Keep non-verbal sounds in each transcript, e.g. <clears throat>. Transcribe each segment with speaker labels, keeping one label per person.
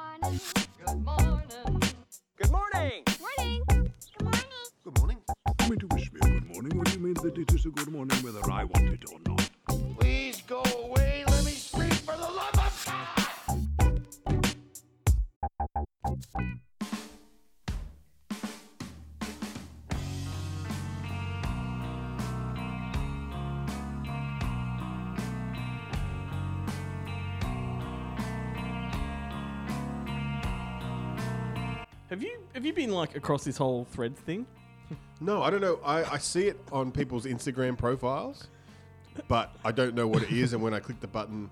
Speaker 1: Good morning.
Speaker 2: Good morning.
Speaker 3: Morning. Good morning.
Speaker 2: Good morning.
Speaker 4: Coming to wish me a good morning when you mean that it is a good morning whether I want it or not.
Speaker 2: Please go away. Let me speak for the love of God.
Speaker 5: Have you have you been like across this whole threads thing?
Speaker 6: No, I don't know. I, I see it on people's Instagram profiles, but I don't know what it is. And when I click the button,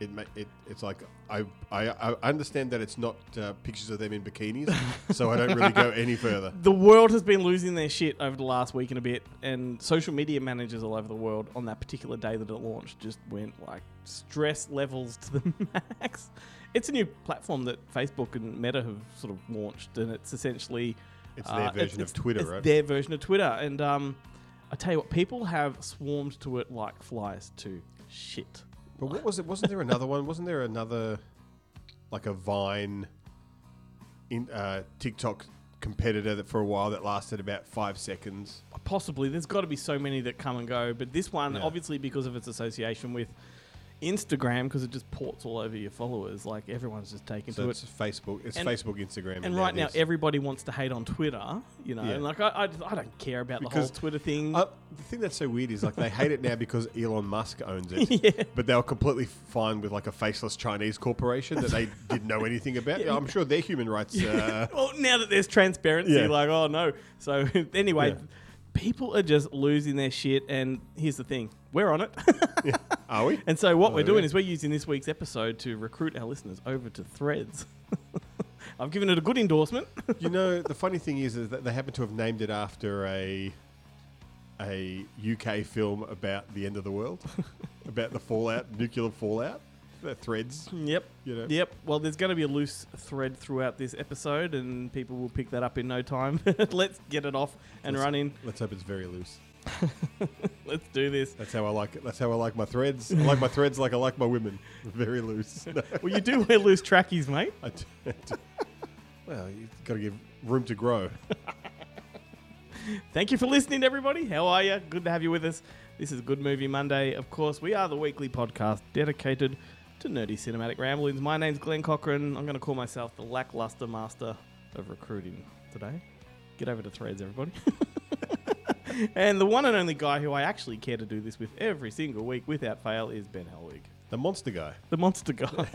Speaker 6: it, ma- it it's like I, I I understand that it's not uh, pictures of them in bikinis, so I don't really
Speaker 5: <laughs>
Speaker 6: go any further.
Speaker 5: The world has been losing their shit over the last week and a bit, and social media managers all over the world on that particular day that it launched just went like stress levels to the <laughs> max. It's a new platform that Facebook and Meta have sort of launched, and it's essentially uh,
Speaker 6: It's their version of Twitter,
Speaker 5: it's
Speaker 6: right?
Speaker 5: Their version of Twitter, and um, I tell you what, people have swarmed to it like flies to shit.
Speaker 6: But what was it? Wasn't there another one? Wasn't there another like a Vine in uh, TikTok competitor that for a while that lasted about five seconds?
Speaker 5: possibly there's got to be so many that come and go but this one
Speaker 6: Yeah.
Speaker 5: obviously because of its association with instagram because it just ports all over your followers like everyone's just taken
Speaker 6: So
Speaker 5: to
Speaker 6: it's
Speaker 5: it
Speaker 6: Facebook. It's
Speaker 5: And-
Speaker 6: Facebook, Instagram,
Speaker 5: and right now
Speaker 6: this.
Speaker 5: everybody wants to hate on twitter you know
Speaker 6: Yeah.
Speaker 5: and like I, I, just- I don't care about the whole
Speaker 6: Because
Speaker 5: twitter thing
Speaker 6: Uh, the thing that's so weird is like they hate it now because Elon Musk owns
Speaker 5: <laughs>
Speaker 6: it, but they were completely fine with like a faceless Chinese corporation that they didn't know
Speaker 5: <laughs>
Speaker 6: anything about. Yeah, I'm sure their human rights. Uh,
Speaker 5: well now that there's transparency
Speaker 6: Yeah.
Speaker 5: like oh no so <laughs> anyway
Speaker 6: Yeah.
Speaker 5: people are just losing their shit and here's the thing we're on it <laughs>
Speaker 6: are we?
Speaker 5: And so what
Speaker 6: Oh,
Speaker 5: we're
Speaker 6: there
Speaker 5: doing
Speaker 6: we
Speaker 5: is we're using this week's episode to recruit our listeners over to Threads. <laughs> I've given it a good endorsement.
Speaker 6: you know, the funny thing is, is that they happen to have named it after a a UK film about the end of the
Speaker 5: <laughs>
Speaker 6: world, about the fallout, nuclear fallout, the threads.
Speaker 5: yep.
Speaker 6: You know.
Speaker 5: Yep. Well, there's going to be a loose thread throughout this episode, and people will pick that up in no time. <laughs> Let's get it off and
Speaker 6: Let's-
Speaker 5: running.
Speaker 6: Let's hope it's very loose.
Speaker 5: Let's do this.
Speaker 6: That's how I like it. That's how I like my threads. I like my threads like I like my women. Very loose.
Speaker 5: <laughs> Well, you
Speaker 6: <laughs>
Speaker 5: do wear loose trackies, mate.
Speaker 6: I do- I do. well, you've got to give room to grow. <laughs>
Speaker 5: Thank you for listening, everybody. How are you? Good to have you with us. This is Good Movie Monday. Of course, we are the weekly podcast dedicated to nerdy cinematic ramblings. My name's Glenn Cochran. I'm going to call myself the lackluster master of recruiting today. Get over to Threads, everybody. <laughs> and the one and only guy who I actually care to do this with every single week without fail is Ben Helwig,
Speaker 6: The monster guy.
Speaker 5: the monster guy.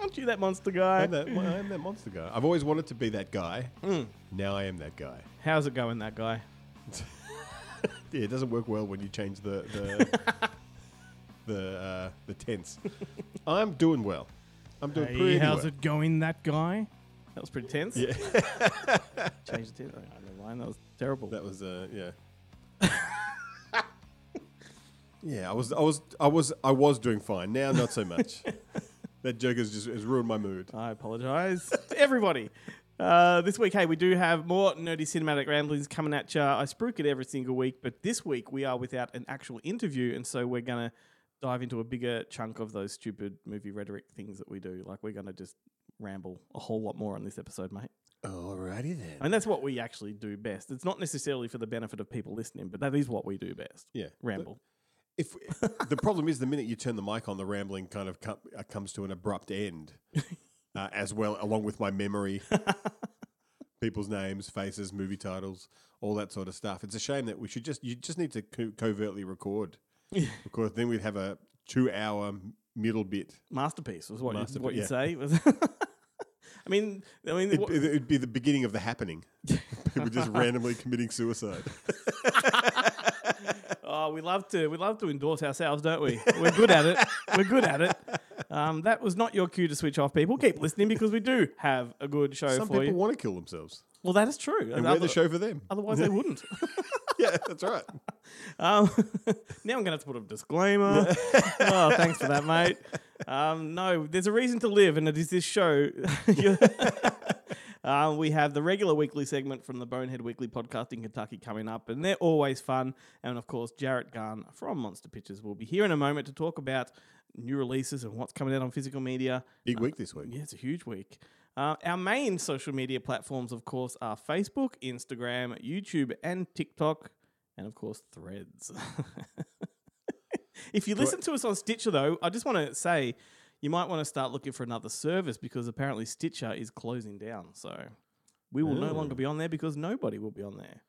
Speaker 5: Aren't you that monster guy?
Speaker 6: I'm that, I'm that monster guy. I've always wanted to be that guy. Now I am that guy.
Speaker 5: How's it going, that guy?
Speaker 6: Yeah, it doesn't work well when you change the the <laughs> the, uh, the tense. I'm doing well. I'm doing pretty
Speaker 5: how's
Speaker 6: well.
Speaker 5: it going, that guy? That was pretty tense. <laughs> Yeah. Change the tense. Oh, never mind. That was terrible.
Speaker 6: That was uh, yeah. <laughs> yeah, I was I was I was I was doing fine. Now not so <laughs> much. that joke has just has ruined my mood.
Speaker 5: I apologise <laughs> to everybody. Uh, this week, hey, we do have more nerdy cinematic ramblings coming at you. I spruik it every single week, but this week we are without an actual interview, and so we're gonna dive into a bigger chunk of those stupid movie rhetoric things that we do. Like we're gonna just ramble a whole lot more on this episode, mate.
Speaker 6: Alrighty then.
Speaker 5: And that's what we actually do best. It's not necessarily for the benefit of people listening, but that is what we do best.
Speaker 6: Yeah.
Speaker 5: Ramble.
Speaker 6: if the problem is the minute you turn the mic on, the rambling kind of com- uh, comes to an
Speaker 5: <laughs>
Speaker 6: abrupt end, uh, as well, along with my memory, people's names, faces, movie titles, all that sort of stuff. It's a shame that we should just you just need to co-
Speaker 5: <laughs>
Speaker 6: covertly record, because then we'd have a two-hour middle bit.
Speaker 5: masterpiece was what, you,
Speaker 6: Masterpiece,
Speaker 5: what you
Speaker 6: yeah.
Speaker 5: say. <laughs> Was- I mean, I mean,
Speaker 6: It'd,
Speaker 5: what-
Speaker 6: be- it'd be the beginning of the happening. <laughs> People just randomly committing suicide.
Speaker 5: oh, we love to we love to endorse ourselves, don't
Speaker 6: <laughs>
Speaker 5: we? We're good at it. We're good at it. Um, that was not your cue to switch off, people. Keep listening because we do have a good show
Speaker 6: Some
Speaker 5: for
Speaker 6: people
Speaker 5: you.
Speaker 6: want to kill themselves,
Speaker 5: well, that is true.
Speaker 6: and we're the show for them.
Speaker 5: Otherwise, they wouldn't.
Speaker 6: <laughs> yeah, that's right.
Speaker 5: Um, <laughs> now I'm going to have to put a disclaimer. oh, thanks for that, mate. Um, no, there's a reason to live, and it is this show. You- <laughs> Uh, we have the regular weekly segment from the Bonehead Weekly podcast in Kentucky coming up, and they're always fun. And of course, Jarrett Garn from Monster Pictures will be here in a moment to talk about new releases and what's coming out on physical media.
Speaker 6: Big week this week.
Speaker 5: Yeah, it's a huge week. Uh, our main social media platforms, of course, are Facebook, Instagram, YouTube, and TikTok, and of course, Threads. <laughs> if you listen to us on Stitcher, though, I just want to say you might want to start looking for another service because apparently Stitcher is closing down. So we will no longer be on there because nobody will be on there.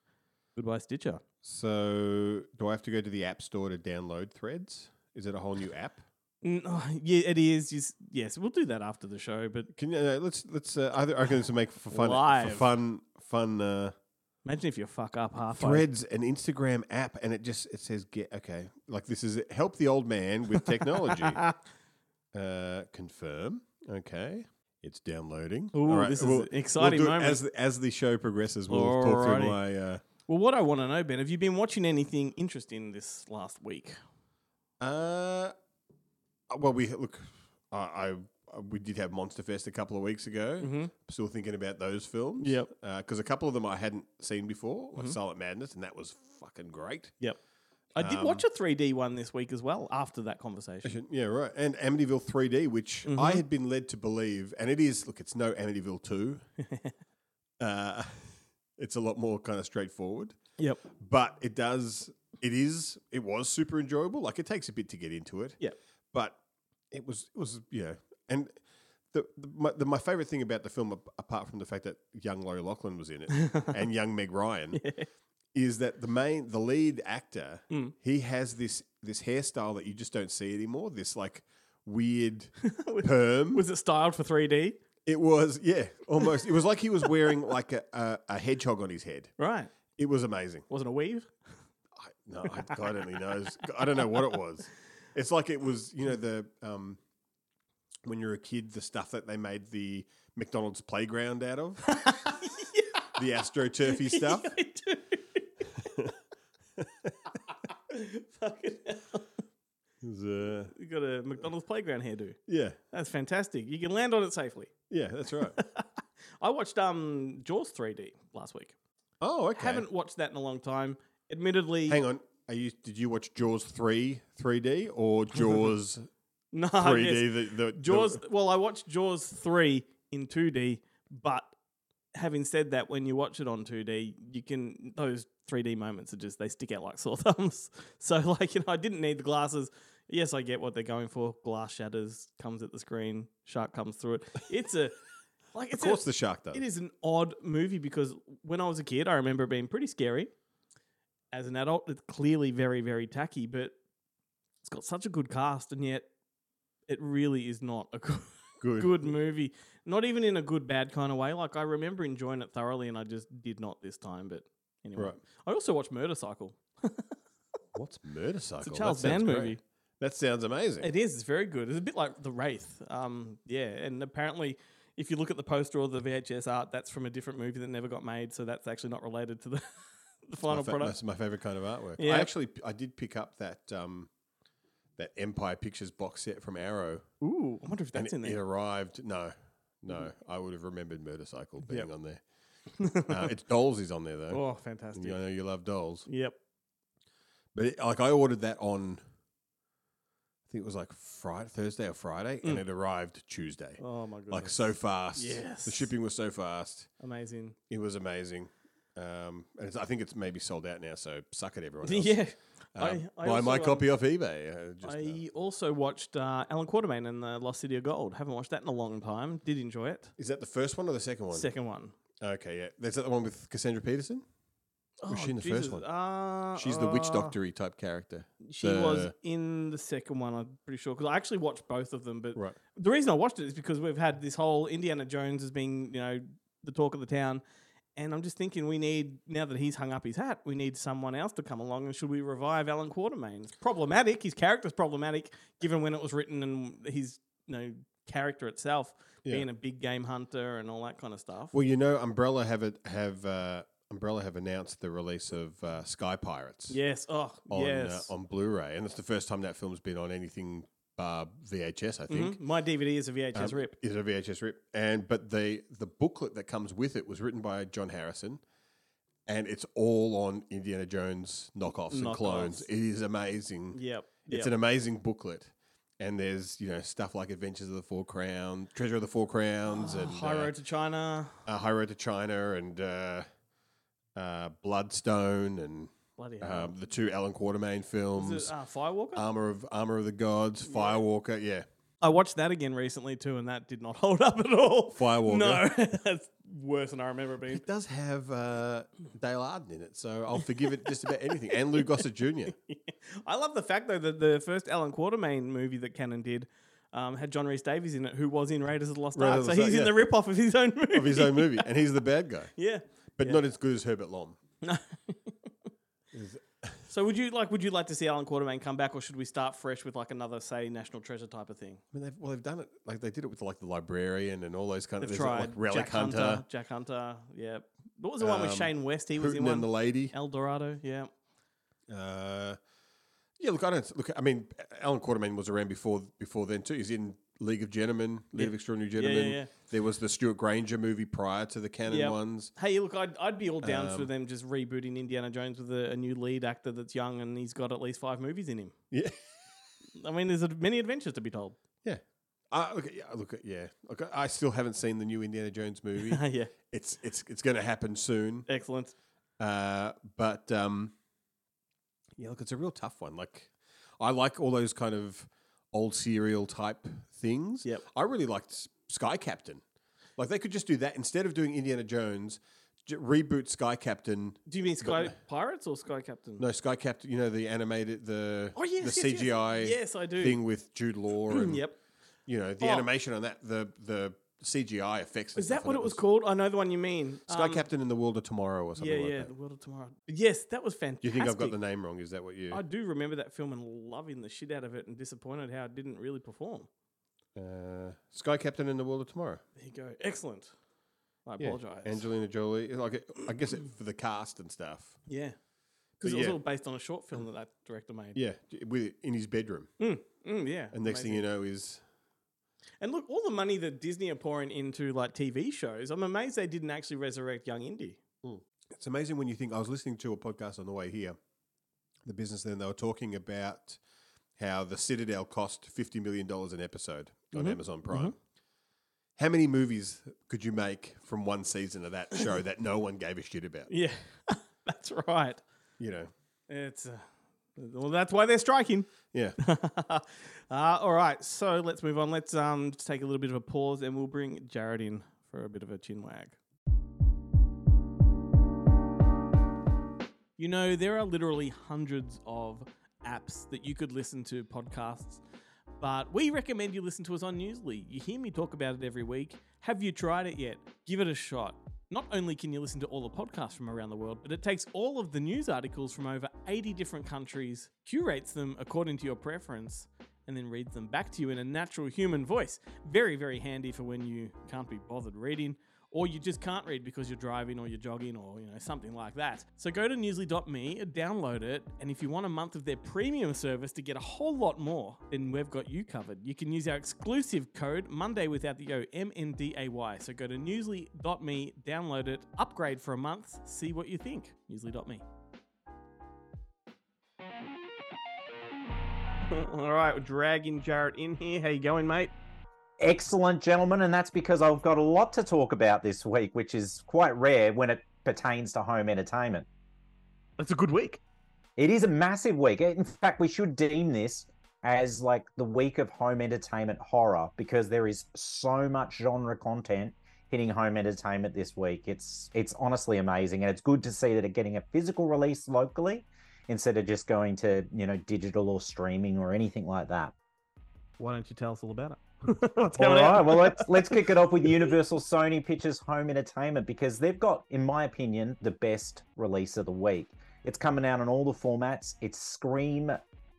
Speaker 5: Goodbye, Stitcher.
Speaker 6: So, do I have to go to the app store to download Threads? Is it a whole new app?
Speaker 5: Mm, oh, yeah, it is. Yes- Yes, we'll do that after the show, but
Speaker 6: Can you uh, let's let's uh, I, I reckon this will make for fun
Speaker 5: Live.
Speaker 6: for fun fun uh,
Speaker 5: imagine if you fuck up halfway.
Speaker 6: Threads an Instagram app and it just it says get okay like this is help the old man
Speaker 5: <laughs>
Speaker 6: with technology. uh, confirm. Okay. It's downloading.
Speaker 5: Ooh, this is an exciting
Speaker 6: do it
Speaker 5: moment.
Speaker 6: As, the- as the show progresses, we'll talk
Speaker 5: Alrighty.
Speaker 6: through my. Uh,
Speaker 5: Well, what I want to know, Ben, have you been watching anything interesting this last week?
Speaker 6: Uh, well, we look. I, I I- we did have Monster Fest a couple of weeks ago. Still thinking about those films.
Speaker 5: Yep.
Speaker 6: Because a couple of them I hadn't seen before, like Silent Madness, and that was fucking great.
Speaker 5: Yep. I
Speaker 6: Um,
Speaker 5: did watch a 3D one this week as well after that conversation.
Speaker 6: <laughs> Yeah, right. And Amityville 3D, which I had been led to believe, and it is. Look, it's no Amityville 2. uh, <laughs> it's a lot more kind of straightforward.
Speaker 5: Yep.
Speaker 6: but it does it is it was super enjoyable like it takes a bit to get into it
Speaker 5: Yeah.
Speaker 6: but it was it was you know and the, the, my, the my favorite thing about the film ap- apart from the fact that young Laurie Lachlan was in it and young Meg Ryan is that the main the lead actor he has this this hairstyle that you just don't see anymore this like weird perm
Speaker 5: Was it styled for 3D?
Speaker 6: it was yeah almost it was like he was wearing like a, a, a hedgehog on his head
Speaker 5: Right.
Speaker 6: it was amazing
Speaker 5: Wasn't a weave?
Speaker 6: <laughs> no, I, God only knows. I don't know what it was. It's like it was, you know, the um, when you're a kid, the stuff that they made the McDonald's playground out
Speaker 5: <laughs>
Speaker 6: of, the astroturfy stuff.
Speaker 5: I
Speaker 6: <laughs>
Speaker 5: do. Fucking hell.
Speaker 6: It was, uh,
Speaker 5: You got a McDonald's playground hairdo.
Speaker 6: yeah,
Speaker 5: That's fantastic. You can land on it safely.
Speaker 6: yeah, that's right.
Speaker 5: I watched um Jaws 3D last week.
Speaker 6: Oh, okay.
Speaker 5: Haven't e watched that in a long time. Admittedly, <laughs>
Speaker 6: Hang on. Are you? Did you watch Jaws three 3D
Speaker 5: <laughs>
Speaker 6: or Jaws
Speaker 5: no,
Speaker 6: three
Speaker 5: Oh, yes.
Speaker 6: D? The, the
Speaker 5: Jaws.
Speaker 6: the-
Speaker 5: Well, I watched Jaws three in two D, but having said that, when you watch it on two D, you can those three D moments are just they stick out like <laughs> sore thumbs. So like you know, I didn't need the glasses. Yes, I get what they're going for. Glass shatters, comes at the screen, shark comes through it. It's a like
Speaker 6: of
Speaker 5: it's
Speaker 6: course,
Speaker 5: a,
Speaker 6: the shark does.
Speaker 5: it is an odd movie because when I was a kid, I remember it being pretty scary. As an adult, it's clearly very, very tacky, but it's got such a good cast, and yet it really is not a <laughs> good,
Speaker 6: good.
Speaker 5: good movie. Not even in a good bad kind of way. Like I remember enjoying it thoroughly, and I just did not this time. But anyway,
Speaker 6: Right.
Speaker 5: I also watched Murder Cycle.
Speaker 6: What's Murder Cycle?
Speaker 5: It's a
Speaker 6: That
Speaker 5: Charles
Speaker 6: sounds
Speaker 5: Band
Speaker 6: great.
Speaker 5: movie.
Speaker 6: That sounds amazing.
Speaker 5: It is. It's very good. It's a bit like The Wraith. Um, yeah, and apparently, if you look at the poster or the VHS art, that's from a different movie that never got made. So that's actually not related to the, <laughs> the final
Speaker 6: my fa-
Speaker 5: product.
Speaker 6: That's my favorite kind of artwork.
Speaker 5: Yeah.
Speaker 6: I actually I did pick up that um, that Empire Pictures box set from Arrow,
Speaker 5: Ooh, I wonder if that's in
Speaker 6: and it, it
Speaker 5: there. Mm.
Speaker 6: arrived. No, no, I would have remembered Motorcycle being
Speaker 5: <laughs>
Speaker 6: on there. uh, it's Dolls is on there though.
Speaker 5: Oh,
Speaker 6: And
Speaker 5: fantastic.
Speaker 6: you- I know you love Dolls,
Speaker 5: Yep.
Speaker 6: but it, like I ordered that on. I think it was like Friday, Thursday or Friday, and it arrived Tuesday.
Speaker 5: Mm. Oh my goodness.
Speaker 6: Like so fast.
Speaker 5: Yes.
Speaker 6: The shipping was so fast. <laughs>
Speaker 5: Amazing.
Speaker 6: It was amazing. Um, and it's, I think it's maybe sold out now, so suck it, everyone. Else.
Speaker 5: <laughs> Yeah.
Speaker 6: Um, buy my
Speaker 5: also, um,
Speaker 6: copy off eBay. Uh, just, uh,
Speaker 5: I also watched uh, Alan Quartermain and the Lost City of Gold. Haven't watched that in a long time. Did enjoy it.
Speaker 6: is that the first one or the second one?
Speaker 5: Second one.
Speaker 6: Okay, yeah. Is that the one with Cassandra Peterson?
Speaker 5: Oh,
Speaker 6: was she in the
Speaker 5: Jesus.
Speaker 6: first one?
Speaker 5: Uh,
Speaker 6: She's the witch
Speaker 5: uh,
Speaker 6: doctory type character.
Speaker 5: She
Speaker 6: The-
Speaker 5: was in the second one, I'm pretty sure, because I actually watched both of them. But
Speaker 6: Right.
Speaker 5: the reason I watched it is because we've had this whole Indiana Jones as being, you know, the talk of the town. And I'm just thinking, we need, now that he's hung up his hat, we need someone else to come along. And should we revive Alan Quartermain? It's problematic. His character's problematic, given when it was written and his, you know, character itself
Speaker 6: Yeah.
Speaker 5: being a big game hunter and all that kind of stuff.
Speaker 6: Well, you know, Umbrella have it, have uh, Umbrella have announced the release of uh, Sky Pirates
Speaker 5: yes. Oh,
Speaker 6: on
Speaker 5: yes.
Speaker 6: uh, on Blu-ray, and it's the first time that film's been on anything uh, VHS, I think.
Speaker 5: Mhm. My DVD is a VHS
Speaker 6: um,
Speaker 5: rip.
Speaker 6: Is a VHS rip. And but the the booklet that comes with it was written by John Harrison, and it's all on Indiana Jones knockoffs, and clones.
Speaker 5: Knockoffs.
Speaker 6: It is amazing.
Speaker 5: Yep.
Speaker 6: It's
Speaker 5: yep.
Speaker 6: an amazing booklet. And there's you know stuff like Adventures of the Four Crown, Treasure of the Four Crowns, and
Speaker 5: Ah, High
Speaker 6: uh,
Speaker 5: Road to China.
Speaker 6: uh, High Road to China, and uh, uh, Bloodstone, and
Speaker 5: Bloody hell.
Speaker 6: um, the two Alan Quartermain films,
Speaker 5: Is it uh, Firewalker?
Speaker 6: Armor of Armor of the Gods, Firewalker, yeah,
Speaker 5: I watched that again recently too, and that did not <laughs> hold up at all.
Speaker 6: Firewalker.
Speaker 5: No, <laughs> that's worse than I remember it being.
Speaker 6: It does have uh, Dale Arden in it, so I'll forgive it just about anything. And Lou Gossett Jr.
Speaker 5: I love the fact though that the first Alan Quartermain movie that Cannon did um, had John Rhys Davies in it, who was in Raiders of the Lost Ark.
Speaker 6: Raiders of
Speaker 5: So
Speaker 6: the
Speaker 5: he's
Speaker 6: Lost-
Speaker 5: in the rip off of his own movie.
Speaker 6: of his own movie, and he's the bad guy,
Speaker 5: <laughs> yeah.
Speaker 6: but not as good as Herbert Lom.
Speaker 5: So would you like? Would you like to see Alan Quartermain come back, or should we start fresh with like another, say, National Treasure type of thing?
Speaker 6: I mean, they've, well, they've done it like they did it with like the librarian and all those kind of
Speaker 5: They've
Speaker 6: there's
Speaker 5: tried
Speaker 6: like relic
Speaker 5: Jack
Speaker 6: hunter,
Speaker 5: Jack Hunter. Yeah. What was the one with
Speaker 6: Um,
Speaker 5: Shane West? He was in
Speaker 6: Hooten
Speaker 5: one.
Speaker 6: and the lady.
Speaker 5: El Dorado. Yeah.
Speaker 6: Uh, yeah, look, I don't look. I mean, Alan Quartermain was around before before then too. He's in League of Gentlemen, League of Extraordinary
Speaker 5: yeah,
Speaker 6: Gentlemen.
Speaker 5: yeah.
Speaker 6: There was the Stuart Granger movie prior to the canon
Speaker 5: Yep.
Speaker 6: ones.
Speaker 5: Hey, look, I'd, I'd be all down
Speaker 6: Um,
Speaker 5: for them just rebooting Indiana Jones with a, a new lead actor that's young and he's got at least five movies in him.
Speaker 6: Yeah,
Speaker 5: I mean, there's many adventures to be
Speaker 6: <laughs>
Speaker 5: told.
Speaker 6: yeah. I Uh, look, at, yeah, look, at, yeah. Look, I still haven't seen the new Indiana Jones movie.
Speaker 5: yeah,
Speaker 6: it's it's it's going to happen soon.
Speaker 5: excellent.
Speaker 6: Uh, but um, yeah, look, it's a real tough one. Like, I like all those kind of old serial type things.
Speaker 5: Yep.
Speaker 6: I really liked S- Sky Captain. Like, they could just do that instead of doing Indiana Jones. j- Reboot Sky Captain.
Speaker 5: Do you mean Sky Pirates or Sky Captain?
Speaker 6: uh, No, Sky Captain. You know the animated, the
Speaker 5: Oh, yes,
Speaker 6: the
Speaker 5: yes, yes.
Speaker 6: CGI
Speaker 5: Yes, I do.
Speaker 6: thing with Jude
Speaker 5: <clears throat>
Speaker 6: Law and
Speaker 5: Yep.
Speaker 6: you know the
Speaker 5: Oh.
Speaker 6: animation on that, the the CGI effects. and
Speaker 5: Is that
Speaker 6: stuff on
Speaker 5: what it was called? I know the one you mean.
Speaker 6: Sky
Speaker 5: Um,
Speaker 6: Captain in the World of Tomorrow or something
Speaker 5: Yeah,
Speaker 6: like
Speaker 5: yeah,
Speaker 6: that.
Speaker 5: The World of Tomorrow. Yes, that was fantastic.
Speaker 6: Do you think I've got the name wrong? Is that what you?
Speaker 5: I do remember that film and loving the shit out of it and disappointed how it didn't really perform.
Speaker 6: Uh, Sky Captain in the World of Tomorrow.
Speaker 5: There you go. Excellent. I apologize.
Speaker 6: Angelina Jolie. Like, it- I guess it, for the cast and stuff.
Speaker 5: Yeah. Because
Speaker 6: But
Speaker 5: it was
Speaker 6: yeah.
Speaker 5: all based on a short film that that director made.
Speaker 6: Yeah, with in his bedroom.
Speaker 5: Mm, mm, yeah.
Speaker 6: And next thing you know is
Speaker 5: And look, all the money that Disney are pouring into like TV shows, I'm amazed they didn't actually resurrect Young Indy.
Speaker 6: it's amazing when you think. I was listening to a podcast on the way here, the business. Then they were talking about how the Citadel cost fifty million dollars an episode
Speaker 5: Mm-hmm.
Speaker 6: on Amazon Prime. How many movies could you make from one season of that show that no one gave a shit about?
Speaker 5: Yeah, <laughs> that's right.
Speaker 6: You know,
Speaker 5: It's uh, well, that's why they're striking. <laughs>
Speaker 6: yeah.
Speaker 5: uh, all right, so let's move on. Let's um just take a little bit of a pause, and we'll bring Jared in for a bit of a chin wag. You know, there are literally hundreds of apps that you could listen to podcasts, but we recommend you listen to us on Newsly. You hear me talk about it every week. Have you tried it yet? Give it a shot. Not only can you listen to all the podcasts from around the world, but it takes all of the news articles from over 80 different countries, curates them according to your preference, and then reads them back to you in a natural human voice. Very, very handy for when you can't be bothered reading or you just can't read because you're driving or you're jogging or you know something like that. So go to newsly.me, download it, and if you want a month of their premium service to get a whole lot more, then we've got you covered. You can use our exclusive code Monday without the O M N D A Y. So go to newsly.me, download it, upgrade for a month, see what you think. newsly.me. <laughs> All right, we're dragging Jarrett in here. How you going, mate? <laughs>
Speaker 7: Excellent, gentlemen, and that's because I've got a lot to talk about this week, which is quite rare when it pertains to home entertainment.
Speaker 8: That's a good week.
Speaker 7: It is a massive week. In fact, we should deem this as like the week of home entertainment horror because there is so much genre content hitting home entertainment this week. It's it's honestly amazing and it's good to see that it's getting a physical release locally instead of just going to, you know, digital or streaming or anything like that.
Speaker 5: Why don't you tell us all about it? What's
Speaker 7: All
Speaker 5: going on?
Speaker 7: right,
Speaker 5: <laughs>
Speaker 7: well let's let's kick it off with Universal Sony Pictures Home Entertainment because they've got, in my opinion, the best release of the week. It's coming out in all the formats. It's Scream.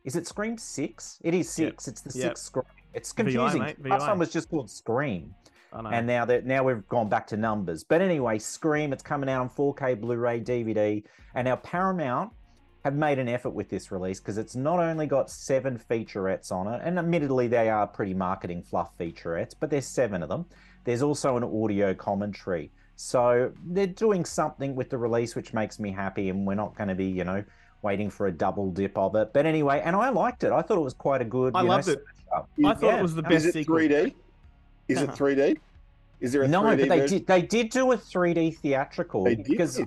Speaker 7: Is it Scream Six? It is
Speaker 8: Yep.
Speaker 7: six. It's the
Speaker 8: Yep.
Speaker 7: sixth Scream. It's
Speaker 8: VI,
Speaker 7: confusing.
Speaker 8: mate,
Speaker 7: Last
Speaker 8: VI.
Speaker 7: one was just called Scream,
Speaker 8: I know.
Speaker 7: and now that now we've gone back to numbers. But anyway, Scream. It's coming out on 4K Blu-ray DVD, and now Paramount have made an effort with this release because it's not only got seven featurettes on it, and admittedly they are pretty marketing fluff featurettes, but there's seven of them. There's also an audio commentary. So they're doing something with the release which makes me happy, and we're not going to be, you know, waiting for a double dip of it. But anyway, and I liked it. I thought it was quite a good.
Speaker 5: I
Speaker 7: you know,
Speaker 5: loved it.
Speaker 7: setup.
Speaker 5: I thought it was the
Speaker 9: Is
Speaker 5: best
Speaker 9: it
Speaker 5: sequel.
Speaker 9: 3D?
Speaker 8: <laughs>
Speaker 9: Is it 3D? Is there a
Speaker 7: No,
Speaker 9: 3D
Speaker 7: but they
Speaker 9: version?
Speaker 7: did. They did do a 3D theatrical
Speaker 9: They did.
Speaker 7: because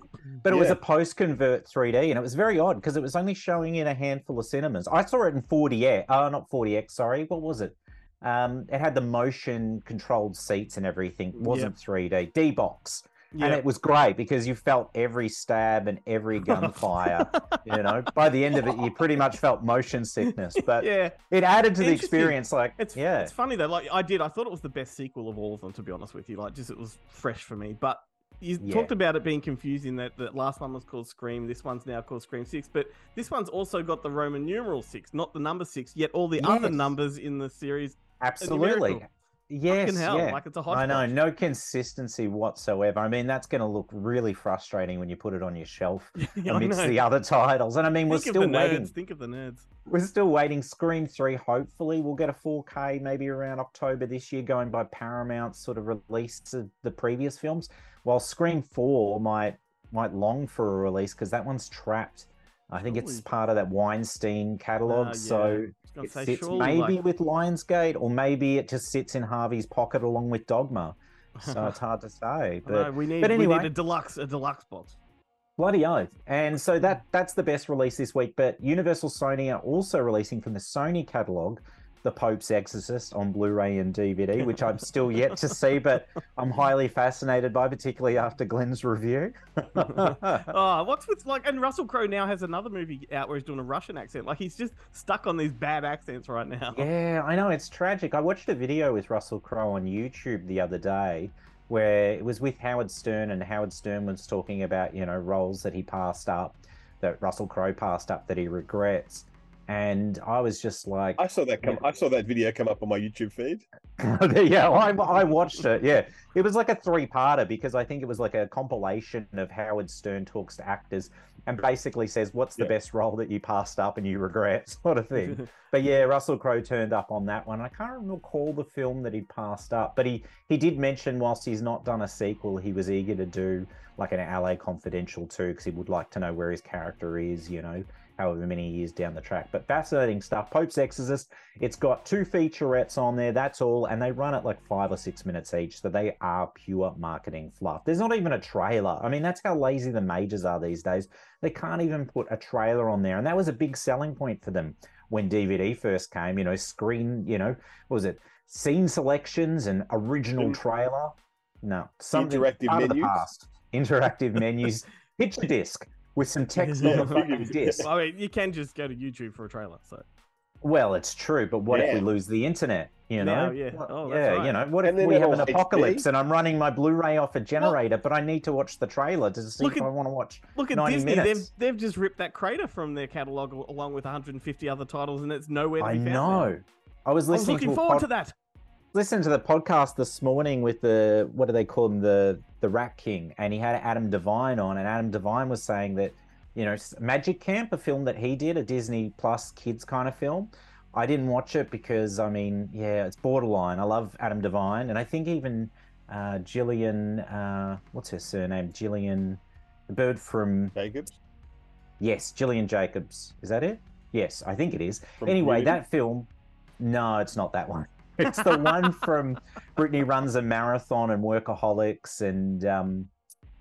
Speaker 7: But it was
Speaker 9: Yeah.
Speaker 7: a post convert 3D, and it was very odd because it was only showing in a handful of cinemas. I saw it in 40X. Oh, not 40X, sorry. What was it? Um, it had the motion controlled seats and everything. It wasn't 3D. D box. And
Speaker 5: Yeah.
Speaker 7: it was great because you felt every stab and
Speaker 5: <laughs>
Speaker 7: every gunfire. you know, by the end of it, you pretty much felt motion sickness, but
Speaker 5: yeah,
Speaker 7: it added to the
Speaker 5: Interesting.
Speaker 7: experience. Like,
Speaker 5: it's
Speaker 7: yeah,
Speaker 5: it's funny though. Like I did, I thought it was the best sequel of all of them. To be honest with you, like just it was fresh for me. But you
Speaker 7: Yeah.
Speaker 5: talked about it being confusing. That that last one was called Scream. This one's now called Scream Six. But this one's also got the Roman numeral six, not the number six. Yet all the other
Speaker 7: Yes.
Speaker 5: numbers in the series are
Speaker 7: absolutely.
Speaker 5: numerical.
Speaker 7: Yes,
Speaker 5: Fucking hell,
Speaker 7: yeah.
Speaker 5: like it's a
Speaker 7: I
Speaker 5: hodgepodge.
Speaker 7: know, no consistency whatsoever. I mean, that's going to look really frustrating when you put it on your shelf
Speaker 5: <laughs> Yeah, I
Speaker 7: amidst
Speaker 5: know.
Speaker 7: the other <laughs> titles. And I mean, we're
Speaker 5: Think of the
Speaker 7: still
Speaker 5: nerds.
Speaker 7: waiting.
Speaker 5: Think of the nerds.
Speaker 7: We're still waiting. Scream Three. Hopefully, we'll get a 4K maybe around October this year, going by Paramount's sort of release of the previous films. While Scream Four might might long for a release because that one's trapped. I think it's
Speaker 5: Surely.
Speaker 7: part of that Weinstein catalog.
Speaker 5: Ah,
Speaker 7: So
Speaker 5: yeah. I was gonna
Speaker 7: it
Speaker 5: say,
Speaker 7: sits
Speaker 5: surely,
Speaker 7: maybe
Speaker 5: like- <laughs>
Speaker 7: with Lionsgate, or maybe it just sits in Harvey's pocket along with Dogma. So it's hard to say.
Speaker 5: <laughs> I
Speaker 7: But
Speaker 5: know, we need
Speaker 7: but
Speaker 5: we
Speaker 7: anyway.
Speaker 5: need a deluxe a deluxe box.
Speaker 7: Bloody oath. And so that that's the best release this week. But Universal Sony are also releasing from the Sony catalog The Pope's Exorcist on Blu-ray and DVD, which I'm still yet to see, but I'm highly fascinated by, particularly after Glenn's review.
Speaker 5: Oh, what's with like? And Russell Crowe now has another movie out where he's doing a Russian accent. Like he's just stuck on these bad accents right now. <laughs>
Speaker 7: Yeah, I know it's tragic. I watched a video with Russell Crowe on YouTube the other day where it was with Howard Stern, and Howard Stern was talking about you know roles that he passed up, that Russell Crowe passed up that he regrets, and I was just like,
Speaker 9: I saw that come. I saw that video come up on my YouTube feed.
Speaker 7: <laughs> yeah, I, I watched it. Yeah, it was like a three-parter because I think it was like a compilation of Howard Stern talks to actors and basically says, "What's the
Speaker 9: Yeah.
Speaker 7: best role that you passed up and you regret?" <laughs> sort of thing. but yeah, Russell Crowe turned up on that one. I can't recall the film that he passed up, but he he did mention whilst he's not done a sequel, he was eager to do like an LA Confidential too because he would like to know where his character is. You know. However many years down the track, but fascinating stuff. Pope's Exorcist, it's got two featurettes on there, that's all, and they run it like five or six minutes each. So they are pure marketing fluff. There's not even a trailer. I mean, that's how lazy the majors are these days. They can't even put a trailer on there. And that was a big selling point for them when DVD first came, you know, screen, you know, what was it? Scene selections and original
Speaker 9: Mm.
Speaker 7: trailer. No, something
Speaker 9: Interactive
Speaker 7: out of the
Speaker 9: menus.
Speaker 7: past. Interactive
Speaker 9: <laughs>
Speaker 7: menus, picture disc with some text on
Speaker 9: Yeah,
Speaker 7: the
Speaker 9: <laughs>
Speaker 7: fucking
Speaker 9: figures.
Speaker 7: disc.
Speaker 5: I mean, you can just go to YouTube for a trailer. So
Speaker 7: Well, it's true, but what if we
Speaker 9: Yeah.
Speaker 7: lose the internet? You know,
Speaker 5: Now, yeah.
Speaker 7: What-
Speaker 5: Oh,
Speaker 7: yeah,
Speaker 5: that's
Speaker 7: you know, what if
Speaker 9: And then
Speaker 7: we have an
Speaker 9: it'll HD?
Speaker 7: apocalypse and I'm running my Blu-ray off a generator, but I need to watch the trailer to see
Speaker 5: Look
Speaker 7: if
Speaker 5: at-
Speaker 7: I want to watch.
Speaker 5: look at
Speaker 7: 90
Speaker 5: Disney.
Speaker 7: minutes.
Speaker 5: They've they've just ripped that crater from their catalog al- along with 150 other titles, and it's nowhere to
Speaker 7: I
Speaker 5: be found. now.
Speaker 7: know. I was
Speaker 5: I was
Speaker 7: listening
Speaker 5: looking
Speaker 7: to, a
Speaker 5: forward
Speaker 7: pod-
Speaker 5: to that.
Speaker 7: listened to the podcast this morning with the what do they call him the the Rat King, and he had Adam Devine on, and Adam Devine was saying that you know s- Magic Camp, a film that he did, a Disney Plus kids kind of film. I didn't watch it because I mean, yeah, it's borderline. I love Adam Devine, and I think even uh, Gillian, uh, what's her surname, Gillian, the bird from
Speaker 9: Jacobs.
Speaker 7: Yes, Gillian Jacobs. Is that it? Yes, I think it is.
Speaker 9: From
Speaker 7: anyway,
Speaker 9: Community?
Speaker 7: that film. No, it's not that one. It's the one
Speaker 9: <laughs>
Speaker 7: from Brittany runs a marathon and workaholics and um,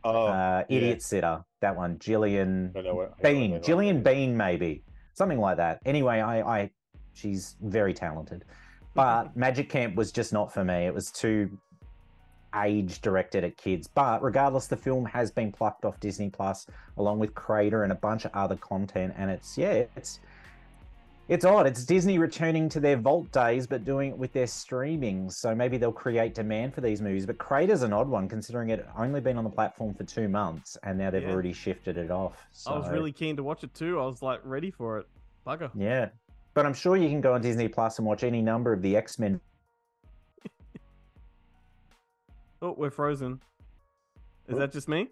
Speaker 9: Oh,
Speaker 7: uh,
Speaker 9: yeah.
Speaker 7: idiot sitter. That one, Gillian
Speaker 9: I know what- hang on, hang
Speaker 7: Bean,
Speaker 9: on,
Speaker 7: Gillian
Speaker 9: hang on.
Speaker 7: Bean, maybe something like that. Anyway, I, I, she's very talented,
Speaker 5: <laughs>
Speaker 7: but Magic Camp was just not for me. It was too age directed at kids. But regardless, the film has been plucked off Disney Plus along with Crater and a bunch of other content, and it's yeah, it's. It's odd. It's Disney returning to their vault days, but doing it with their streaming. So maybe they'll create demand for these movies. But Crater's an odd one, considering it only been on the platform for two months, and now they've
Speaker 5: Yeah.
Speaker 7: already shifted it off. So.
Speaker 5: I was really keen to watch it too. I was like ready for it. Bugger.
Speaker 7: Yeah. But I'm sure you can go on Disney Plus and watch any number of the X Men.
Speaker 5: Oh, we're frozen. Is that just me?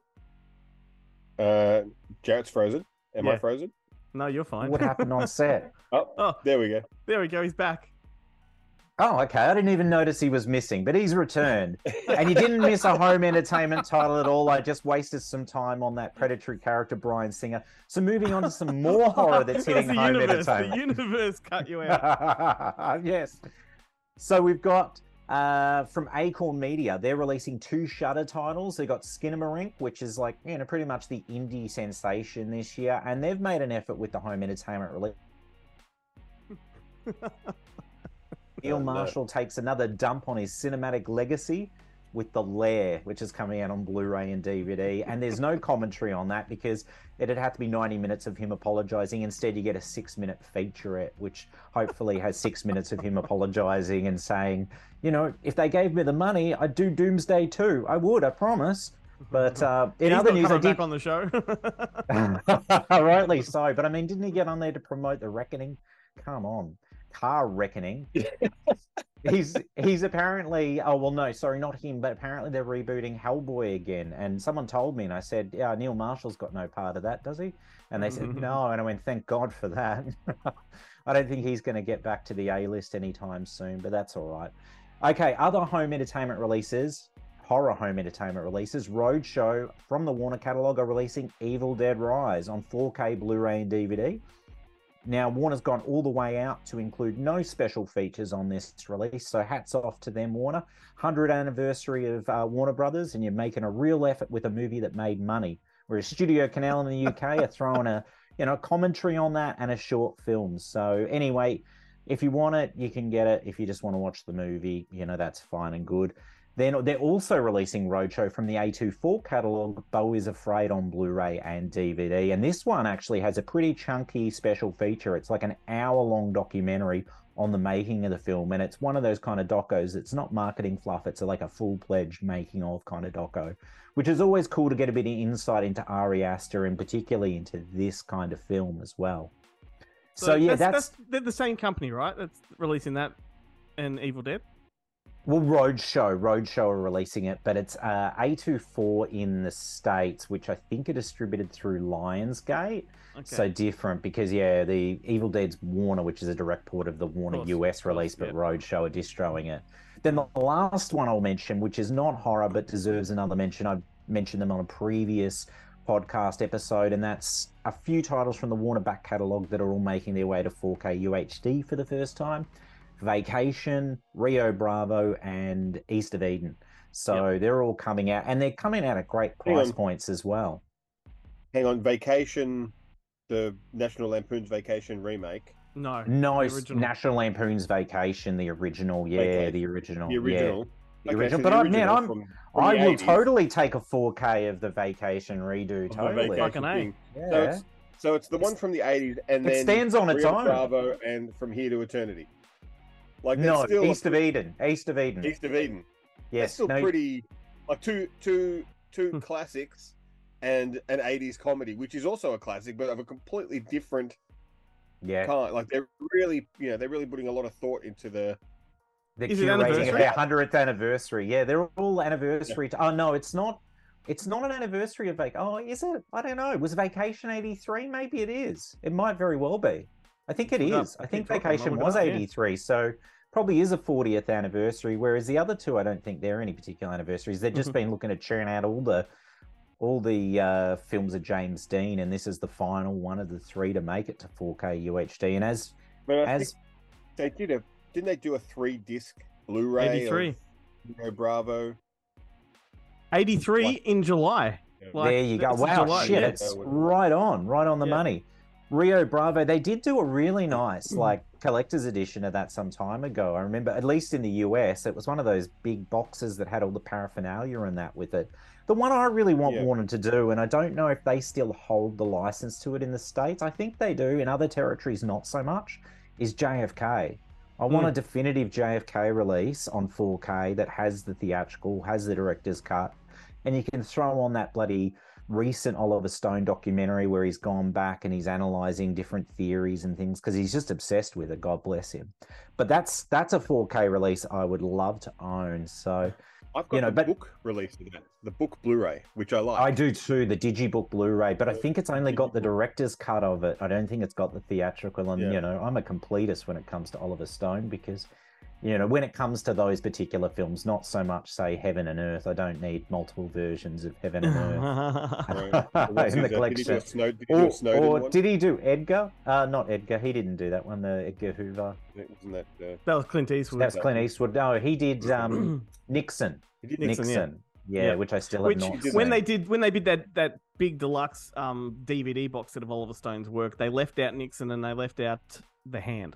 Speaker 9: Uh, Jarrett's frozen. Am
Speaker 5: Yeah.
Speaker 9: I frozen?
Speaker 5: No, you're fine. <laughs>
Speaker 7: What happened on set?
Speaker 5: Oh,
Speaker 9: There we go.
Speaker 5: there we go. He's back.
Speaker 7: Oh, okay. I didn't even notice he was missing, but he's returned.
Speaker 5: <laughs>
Speaker 7: And you didn't miss a home entertainment title at all. I just wasted some time on that predatory character, Brian Singer. So moving on to some more horror
Speaker 5: <laughs>
Speaker 7: that's
Speaker 5: Because
Speaker 7: hitting
Speaker 5: the
Speaker 7: home
Speaker 5: universe. The
Speaker 7: entertainment.
Speaker 5: universe cut
Speaker 7: <laughs>
Speaker 5: you out.
Speaker 7: yes. So we've got uh, from Acorn Media, they're releasing two Shutter titles. They've got Skinamarink, which is like, you know, pretty much the indie sensation this year. And they've made an effort with the home entertainment release. Neil
Speaker 9: no.
Speaker 7: Marshall takes another dump on his cinematic legacy with The Lair, which is coming out on Blu ray and DVD. And there's no commentary on that because it'd have to be 90 minutes of him apologizing. Instead, you get a six minute featurette, which hopefully has six minutes of him apologizing and saying, you know, if they gave me the money, I'd do Doomsday too. I would, I promise. But uh, in
Speaker 5: He's
Speaker 7: other
Speaker 5: not
Speaker 7: news, I
Speaker 5: coming
Speaker 7: did.
Speaker 5: back on
Speaker 8: <laughs>
Speaker 5: the show.
Speaker 7: <laughs> Rightly so, but I mean, didn't he get on there to promote the reckoning? Come on, car reckoning. he's he's apparently oh well no sorry not him but apparently they're rebooting Hellboy again and someone told me and I said yeah Neil Marshall's got no part of that does he and they said no and I went thank God for that <laughs> I don't think he's going to get back to the A list anytime soon but that's all right okay other home entertainment releases horror home entertainment releases, Roadshow from the Warner catalog are releasing Evil Dead Rise on 4K Blu ray and DVD. Now, Warner's gone all the way out to include no special features on this release, so hats off to them, Warner. 100th anniversary of uh, Warner Brothers, and you're making a real effort with a movie that made money. Whereas Studio Canal in the UK are throwing a you know commentary on that and a short film. So anyway, if you want it, you can get it. If you just want to watch the movie, you know that's fine and good. Then they're also releasing Roadshow from the A24 catalog, Bo is Afraid on Blu ray and DVD. And this one actually has a pretty chunky special feature. It's like an hour long documentary on the making of the film. And it's one of those kind of docos. It's not marketing fluff, it's like a full fledged making of kind of doco, which is always cool to get a bit of insight into Ari Aster and particularly into this kind of film as well. So, yeah, that's,
Speaker 5: they're the same company, right? That's releasing that and Evil Dead.
Speaker 7: Well, Roadshow, Roadshow are releasing it, but it's uh, A24 in the States, which I think are distributed through Lionsgate.
Speaker 5: Okay.
Speaker 7: So different because, yeah, the Evil Dead's Warner, which is a direct port of the Warner
Speaker 5: course,
Speaker 7: US release, but
Speaker 5: yeah.
Speaker 7: Roadshow are destroying it. Then the last one I'll mention, which is not horror but deserves another mention, I've mentioned them on a previous podcast episode, and that's a few titles from the Warner back catalogue that are all making their way to 4K UHD for the first time. Vacation, Rio Bravo, and East of Eden. So they're all coming out, and they're coming out at great
Speaker 9: Hang
Speaker 7: price
Speaker 9: on.
Speaker 7: points as well.
Speaker 9: Hang on, Vacation, the National Lampoon's Vacation remake.
Speaker 5: no,
Speaker 7: No,
Speaker 5: The
Speaker 7: s-
Speaker 5: original.
Speaker 7: National Lampoon's Vacation, the original. Oh, Yeah,
Speaker 9: Okay.
Speaker 7: the original.
Speaker 9: The original.
Speaker 7: The original- but I- man, I'm- Yeah. I will totally take a 4K of the Vacation redo. Totally.
Speaker 5: Fucking A.
Speaker 7: Yeah.
Speaker 9: So it's so it's the one from the eighties, and
Speaker 7: It
Speaker 9: then
Speaker 7: stands on its
Speaker 9: Rio
Speaker 7: own.
Speaker 9: Bravo and From Here to Eternity. Like that's
Speaker 7: no,
Speaker 9: still
Speaker 7: East of Eden. East of Eden.
Speaker 9: East of Eden. That's
Speaker 7: yes.
Speaker 9: still
Speaker 7: no,
Speaker 9: pretty like two two
Speaker 5: Hmm.
Speaker 9: two classics and an eighties comedy, which is also a classic, but of a completely different
Speaker 7: yeah.
Speaker 9: kind. Like they're really you know they're really putting a lot of thought into the
Speaker 7: the
Speaker 5: Is it
Speaker 7: curating of
Speaker 5: anniversary?
Speaker 7: their hundredth anniversary. Yeah, they're all anniversary. t- oh no, it's not. It's not an anniversary of vac. Oh, is it? I don't know. Was Vacation eighty three? Maybe it is. It might very well be. I think it
Speaker 5: Look it up.
Speaker 7: is. I think
Speaker 5: Keep talking, I'll
Speaker 7: Vacation
Speaker 5: look it
Speaker 7: was
Speaker 5: up, yeah.
Speaker 7: eighty three, so probably is a fortieth anniversary. Whereas the other two, I don't think they're any particular anniversaries. They've
Speaker 5: Mm-hmm.
Speaker 7: just been looking to churn out all the all the uh, films of James Dean, and this is the final one of the three to make it to four K UHD. And as
Speaker 9: but I
Speaker 7: as
Speaker 9: think they did a didn't they do a three disc Blu-ray of
Speaker 5: eighty-three.
Speaker 9: Rio Bravo?
Speaker 5: 83
Speaker 9: What?
Speaker 5: in July.
Speaker 9: Yeah.
Speaker 5: Like,
Speaker 7: there you go.
Speaker 5: it's in
Speaker 7: Wow,
Speaker 5: July,
Speaker 7: shit,
Speaker 8: <laughs>
Speaker 5: yeah.
Speaker 7: it's
Speaker 9: Yeah.
Speaker 7: right on, right on the
Speaker 5: Yeah.
Speaker 7: money. Rio Bravo, they did do a really nice
Speaker 5: Mm.
Speaker 7: like collector's edition of that some time ago. I remember, at least in the US, it was one of those big boxes that had all the paraphernalia and that with it. The one I really want
Speaker 9: Yeah.
Speaker 7: Warner to do, and I don't know if they still hold the license to it in the States. I think they do. In other territories, not so much, is JFK. I want a definitive JFK release on 4K that has the theatrical, has the director's cut, and you can throw on that bloody recent Oliver Stone documentary where he's gone back and he's analyzing different theories and things because he's just obsessed with it. God bless him. But that's that's a 4K release I would love to own. So
Speaker 9: I've got
Speaker 7: You know,
Speaker 9: the
Speaker 7: but-
Speaker 9: book release of that, the book Blu-ray, which I like.
Speaker 7: I do too, the Digibook Blu-ray, but I think it's only got the director's cut of it. I don't think it's got the theatrical. And
Speaker 6: Yeah.
Speaker 7: you know, I'm a completist when it comes to Oliver Stone because, you know, when it comes to those particular films, not so much say Heaven and Earth. I don't need multiple versions of Heaven and
Speaker 5: <laughs>
Speaker 7: Earth <laughs>
Speaker 9: Right. What's
Speaker 7: in the
Speaker 9: his- uh, did he do a
Speaker 7: collection.
Speaker 9: Snow- did he do
Speaker 7: Or,
Speaker 9: a Snowden
Speaker 7: or
Speaker 9: one?
Speaker 7: did he do Edgar? Uh, not Edgar. He didn't do that one. The Edgar Hoover.
Speaker 9: Wasn't that, uh,
Speaker 8: That was Clint Eastwood.
Speaker 7: That's Clint Eastwood. No, he did um, <clears throat> Nixon.
Speaker 9: he did
Speaker 7: Nixon.
Speaker 8: Nixon, yeah.
Speaker 7: Yeah.
Speaker 8: Yeah.
Speaker 7: which I still have
Speaker 8: Which
Speaker 7: not.
Speaker 9: did
Speaker 7: Seen.
Speaker 8: when they did when they did that that big deluxe um, DVD box set of Oliver Stone's work, they left out Nixon and they left out the hand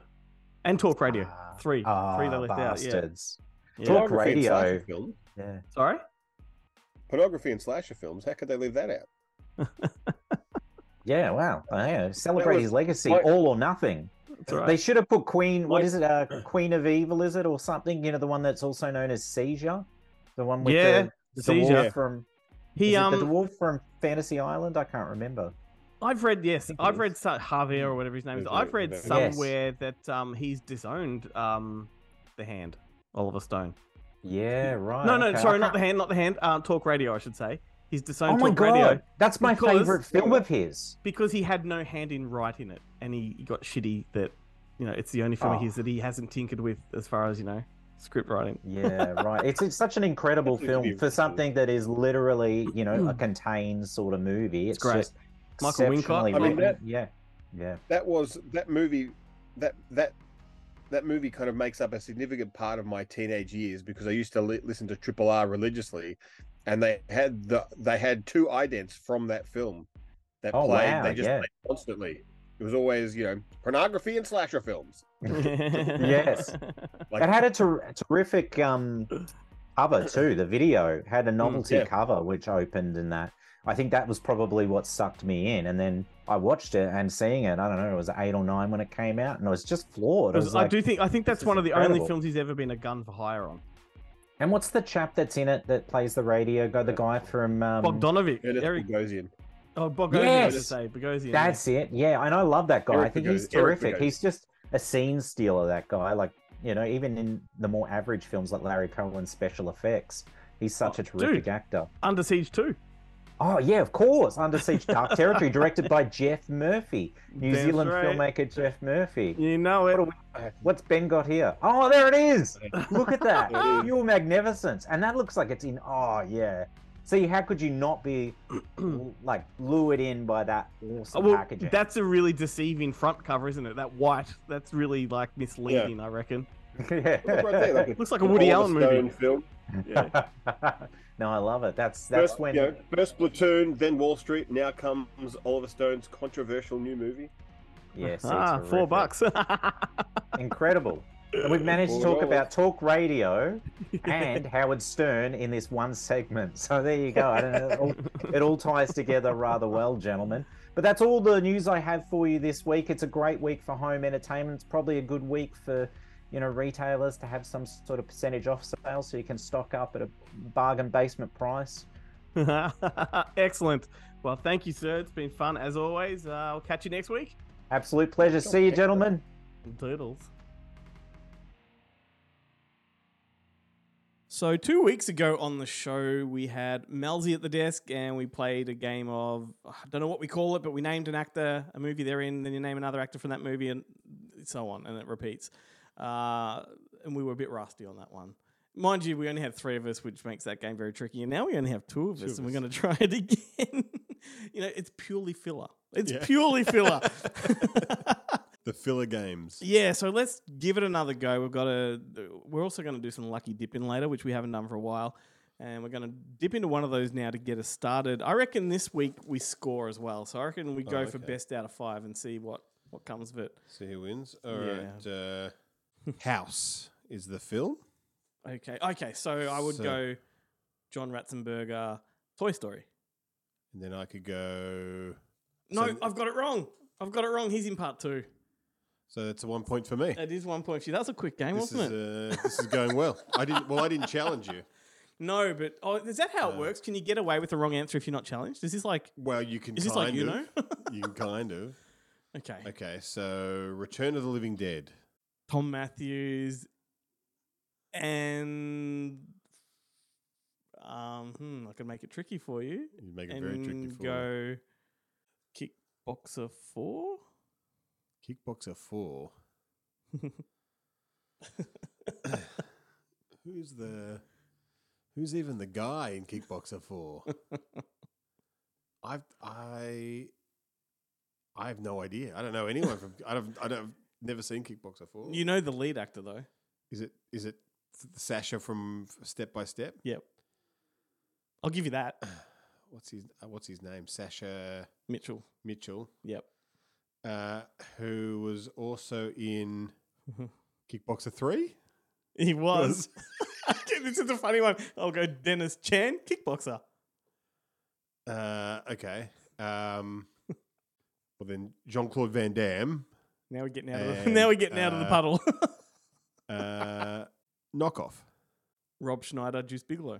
Speaker 8: and Talk Radio.
Speaker 7: Ah,
Speaker 8: three, three they
Speaker 7: ah,
Speaker 8: left out.
Speaker 7: bastards.
Speaker 8: Yeah, yeah.
Speaker 7: Talk
Speaker 9: Pornography and
Speaker 7: radio.
Speaker 9: slasher film.
Speaker 7: Yeah.
Speaker 8: Sorry.
Speaker 9: Pornography and slasher films. How could they leave that out?
Speaker 7: Yeah, wow. Uh, yeah, Celebrate
Speaker 9: was
Speaker 7: his legacy,
Speaker 9: quite-
Speaker 7: all or nothing.
Speaker 8: It's all
Speaker 7: They
Speaker 8: right.
Speaker 7: should have put Queen, what
Speaker 8: Like-
Speaker 7: is it? Uh, Queen of Evil, is it? Or something? You know, the one that's also known as Seizure? The one with
Speaker 8: Yeah,
Speaker 7: the, the
Speaker 8: Seizure.
Speaker 7: dwarf from.
Speaker 8: He
Speaker 7: is it
Speaker 8: um.
Speaker 7: the dwarf from Fantasy Island? I can't remember.
Speaker 8: I've read yes,
Speaker 7: think it
Speaker 8: I've
Speaker 7: is.
Speaker 8: read so- Javier or whatever his name is.
Speaker 9: Javier,
Speaker 8: I've read
Speaker 9: Javier.
Speaker 8: somewhere that um he's disowned um the hand, Oliver Stone.
Speaker 7: Yeah, right.
Speaker 8: no, no,
Speaker 7: Oh, okay. I
Speaker 8: sorry, not
Speaker 7: can't-
Speaker 8: the hand, not the hand. Um, talk radio, I should say. He's
Speaker 7: Oh
Speaker 8: disowned
Speaker 7: my
Speaker 8: talk
Speaker 7: god,
Speaker 8: radio
Speaker 7: that's my
Speaker 8: because-
Speaker 7: favorite film of his.
Speaker 8: because he had no hand in writing it, and he got shitty that you know it's the only film of
Speaker 7: Oh.
Speaker 8: his that he hasn't tinkered with as far as you know script
Speaker 7: <laughs>
Speaker 8: writing. <laughs>
Speaker 7: Yeah, right. It's, it's such an incredible
Speaker 9: Definitely
Speaker 7: film for
Speaker 9: beautiful.
Speaker 7: something that is literally, you know, a contained sort of movie. It's,
Speaker 8: Hmm. great.
Speaker 7: just
Speaker 8: Michael Wincott,
Speaker 7: exceptionally
Speaker 9: I mean,
Speaker 7: written.
Speaker 9: that-
Speaker 7: yeah,
Speaker 8: <laughs>
Speaker 7: yeah.
Speaker 9: That was that movie. That that that movie kind of makes up a significant part of my teenage years because I used to li- listen to Triple R religiously, and they had the they had two idents from that film that
Speaker 7: Oh,
Speaker 9: played.
Speaker 7: wow,
Speaker 9: they just
Speaker 7: yeah.
Speaker 9: played constantly. It was always you know pornography and slasher films.
Speaker 8: yes.
Speaker 9: Like-
Speaker 7: it
Speaker 9: <laughs>
Speaker 7: had a ter- terrific um,
Speaker 9: <clears throat>
Speaker 7: cover too. The video had a novelty
Speaker 9: Hmm, yeah.
Speaker 7: cover which opened and that. I think that was probably what sucked me in. And then I watched it and seeing it, I don't know, it was eight or nine when it came out, and I was just floored. I was
Speaker 8: I
Speaker 7: like,
Speaker 8: do think I think that's
Speaker 7: is
Speaker 8: one of the only
Speaker 7: incredible.
Speaker 8: films he's ever been a gun for hire on.
Speaker 7: and what's the chap that's in it that plays the radio guy? The goy from um,
Speaker 8: Bogdanovic,
Speaker 9: Ernest
Speaker 8: Eric,
Speaker 9: Bogosian.
Speaker 8: oh Bogosian, I
Speaker 7: Yes!
Speaker 8: should say Bogosian. yeah.
Speaker 7: That's it. Yeah, and I love that guy. I
Speaker 9: Eric
Speaker 7: think
Speaker 9: Bogos-
Speaker 7: he's
Speaker 9: Eric
Speaker 7: terrific.
Speaker 9: Bogos.
Speaker 7: He's just a scene stealer. That guy, like you know, even in the more average films like Larry Cohen's special effects, he's
Speaker 9: Oh,
Speaker 7: such a
Speaker 8: dude.
Speaker 7: terrific actor.
Speaker 8: Under Siege too.
Speaker 7: Oh yeah, of course. Under Siege
Speaker 9: <laughs>
Speaker 7: Dark Territory, directed by Jeff Murphy, New
Speaker 8: That's
Speaker 7: Zealand
Speaker 8: right.
Speaker 7: filmmaker Jeff Murphy.
Speaker 8: You know it.
Speaker 7: What What's Ben got here? Oh, there it
Speaker 9: <laughs>
Speaker 7: is. Look at that.
Speaker 9: There it is.
Speaker 7: Pure magnificence. And that looks like it's in oh yeah. See, how could you not
Speaker 9: <clears throat>
Speaker 7: be like lured in by that
Speaker 8: Oh,
Speaker 7: awesome
Speaker 8: well,
Speaker 7: packaging? <laughs>
Speaker 8: that's a really deceiving front cover, isn't it? That white. That's really like misleading, I reckon.
Speaker 9: Look right there, like a-
Speaker 8: Looks like a Woody
Speaker 9: Oliver
Speaker 8: Allen movie.
Speaker 9: Stone film.
Speaker 8: <laughs>
Speaker 7: <laughs> no, I love it. That's that's
Speaker 9: first,
Speaker 7: when
Speaker 9: you know, first Platoon, then Wall Street. Now comes Oliver Stone's controversial new movie.
Speaker 7: yes, it's
Speaker 8: ah, four
Speaker 7: terrific.
Speaker 8: bucks. <laughs>
Speaker 7: Incredible. And we've managed to
Speaker 9: Four
Speaker 7: talk about
Speaker 8: <laughs>
Speaker 7: talk radio and Howard Stern in this one segment. So there you go. I don't know, it, all, it all ties together rather well, gentlemen. But that's all the news I have for you this week. It's a great week for home entertainment. It's probably a good week for you know retailers to have some sort of percentage off sale so you can stock up at a bargain basement price.
Speaker 8: <laughs> Excellent. Well, thank you, sir. It's been fun as always. Uh, I'll catch you next week.
Speaker 7: Absolute pleasure. See you, gentlemen.
Speaker 8: Doodles.
Speaker 5: So two weeks ago on the show, we had Melzi at the desk, and we played a game of I don't know what we call it, but we named an actor, a movie they're in, then you name another actor from that movie, and so on, and it repeats. Uh, and we were a bit rusty on that one, mind you. We only had three of us, which makes that game very tricky. And now we only have two of us, and we're going to try it <laughs> again. you know, it's purely filler. It's
Speaker 6: Yeah.
Speaker 5: purely <laughs> filler.
Speaker 6: The filler games.
Speaker 5: Yeah, so let's give it another go. We've got a. We're also going to do some lucky dip in later, which we haven't done for a while, and we're going to dip into one of those now to get us started. I reckon this week we score as well. So I reckon we go for
Speaker 6: Oh, okay.
Speaker 5: best out of five and see what what comes of it.
Speaker 6: See who wins. All
Speaker 5: Yeah.
Speaker 6: right. Uh, House is the film.
Speaker 5: Okay, okay. So I would
Speaker 6: So-
Speaker 5: go John Ratzenberger, Toy Story.
Speaker 6: And then I could go.
Speaker 5: No,
Speaker 6: So-
Speaker 5: I've got it wrong. I've got it wrong. He's in part two.
Speaker 6: So that's a one point for me.
Speaker 5: That is one point. for you. That's a quick game,
Speaker 6: This is,
Speaker 5: wasn't it?
Speaker 6: uh, this is going well. I didn't. Well, I didn't challenge you.
Speaker 5: No, but oh, is that how it
Speaker 6: Uh,
Speaker 5: works? Can you get away with the wrong answer if you're not challenged? Is this like
Speaker 6: Well, you can.
Speaker 5: is this
Speaker 6: kind
Speaker 5: like you
Speaker 6: of,
Speaker 5: know? <laughs>
Speaker 6: You can kind of.
Speaker 5: okay.
Speaker 6: Okay, so Return of the Living Dead.
Speaker 5: Tom Matthews and um, hmm, I can make it tricky for you
Speaker 6: You make it
Speaker 5: and
Speaker 6: very tricky for you.
Speaker 5: go kickboxer four.
Speaker 6: Kickboxer Four. <laughs> who's the? Who's even the guy in Kickboxer Four? I've I. I have no idea. I don't know anyone from. I don't. I don't. Never seen Kickboxer Four.
Speaker 5: You know the lead actor though.
Speaker 6: Is it? Is it Sasha from Step by Step?
Speaker 5: Yep. I'll give you
Speaker 6: <sighs>
Speaker 5: that,
Speaker 6: What's his? uh, What's his name? Sasha
Speaker 5: Mitchell.
Speaker 6: Mitchell.
Speaker 5: Yep.
Speaker 6: uh, who was also in Kickboxer 3.
Speaker 5: He was. <laughs> Okay, this is a funny one. I'll go Dennis Chan, kickboxer.
Speaker 6: Uh, okay. Um, well, then Jean Claude Van Damme,
Speaker 5: Now we're getting out of the, <laughs>
Speaker 6: And,
Speaker 5: now we're getting out of the
Speaker 6: uh,
Speaker 5: puddle. <laughs>
Speaker 6: uh, knockoff.
Speaker 5: Rob Schneider, Juice Bigelow.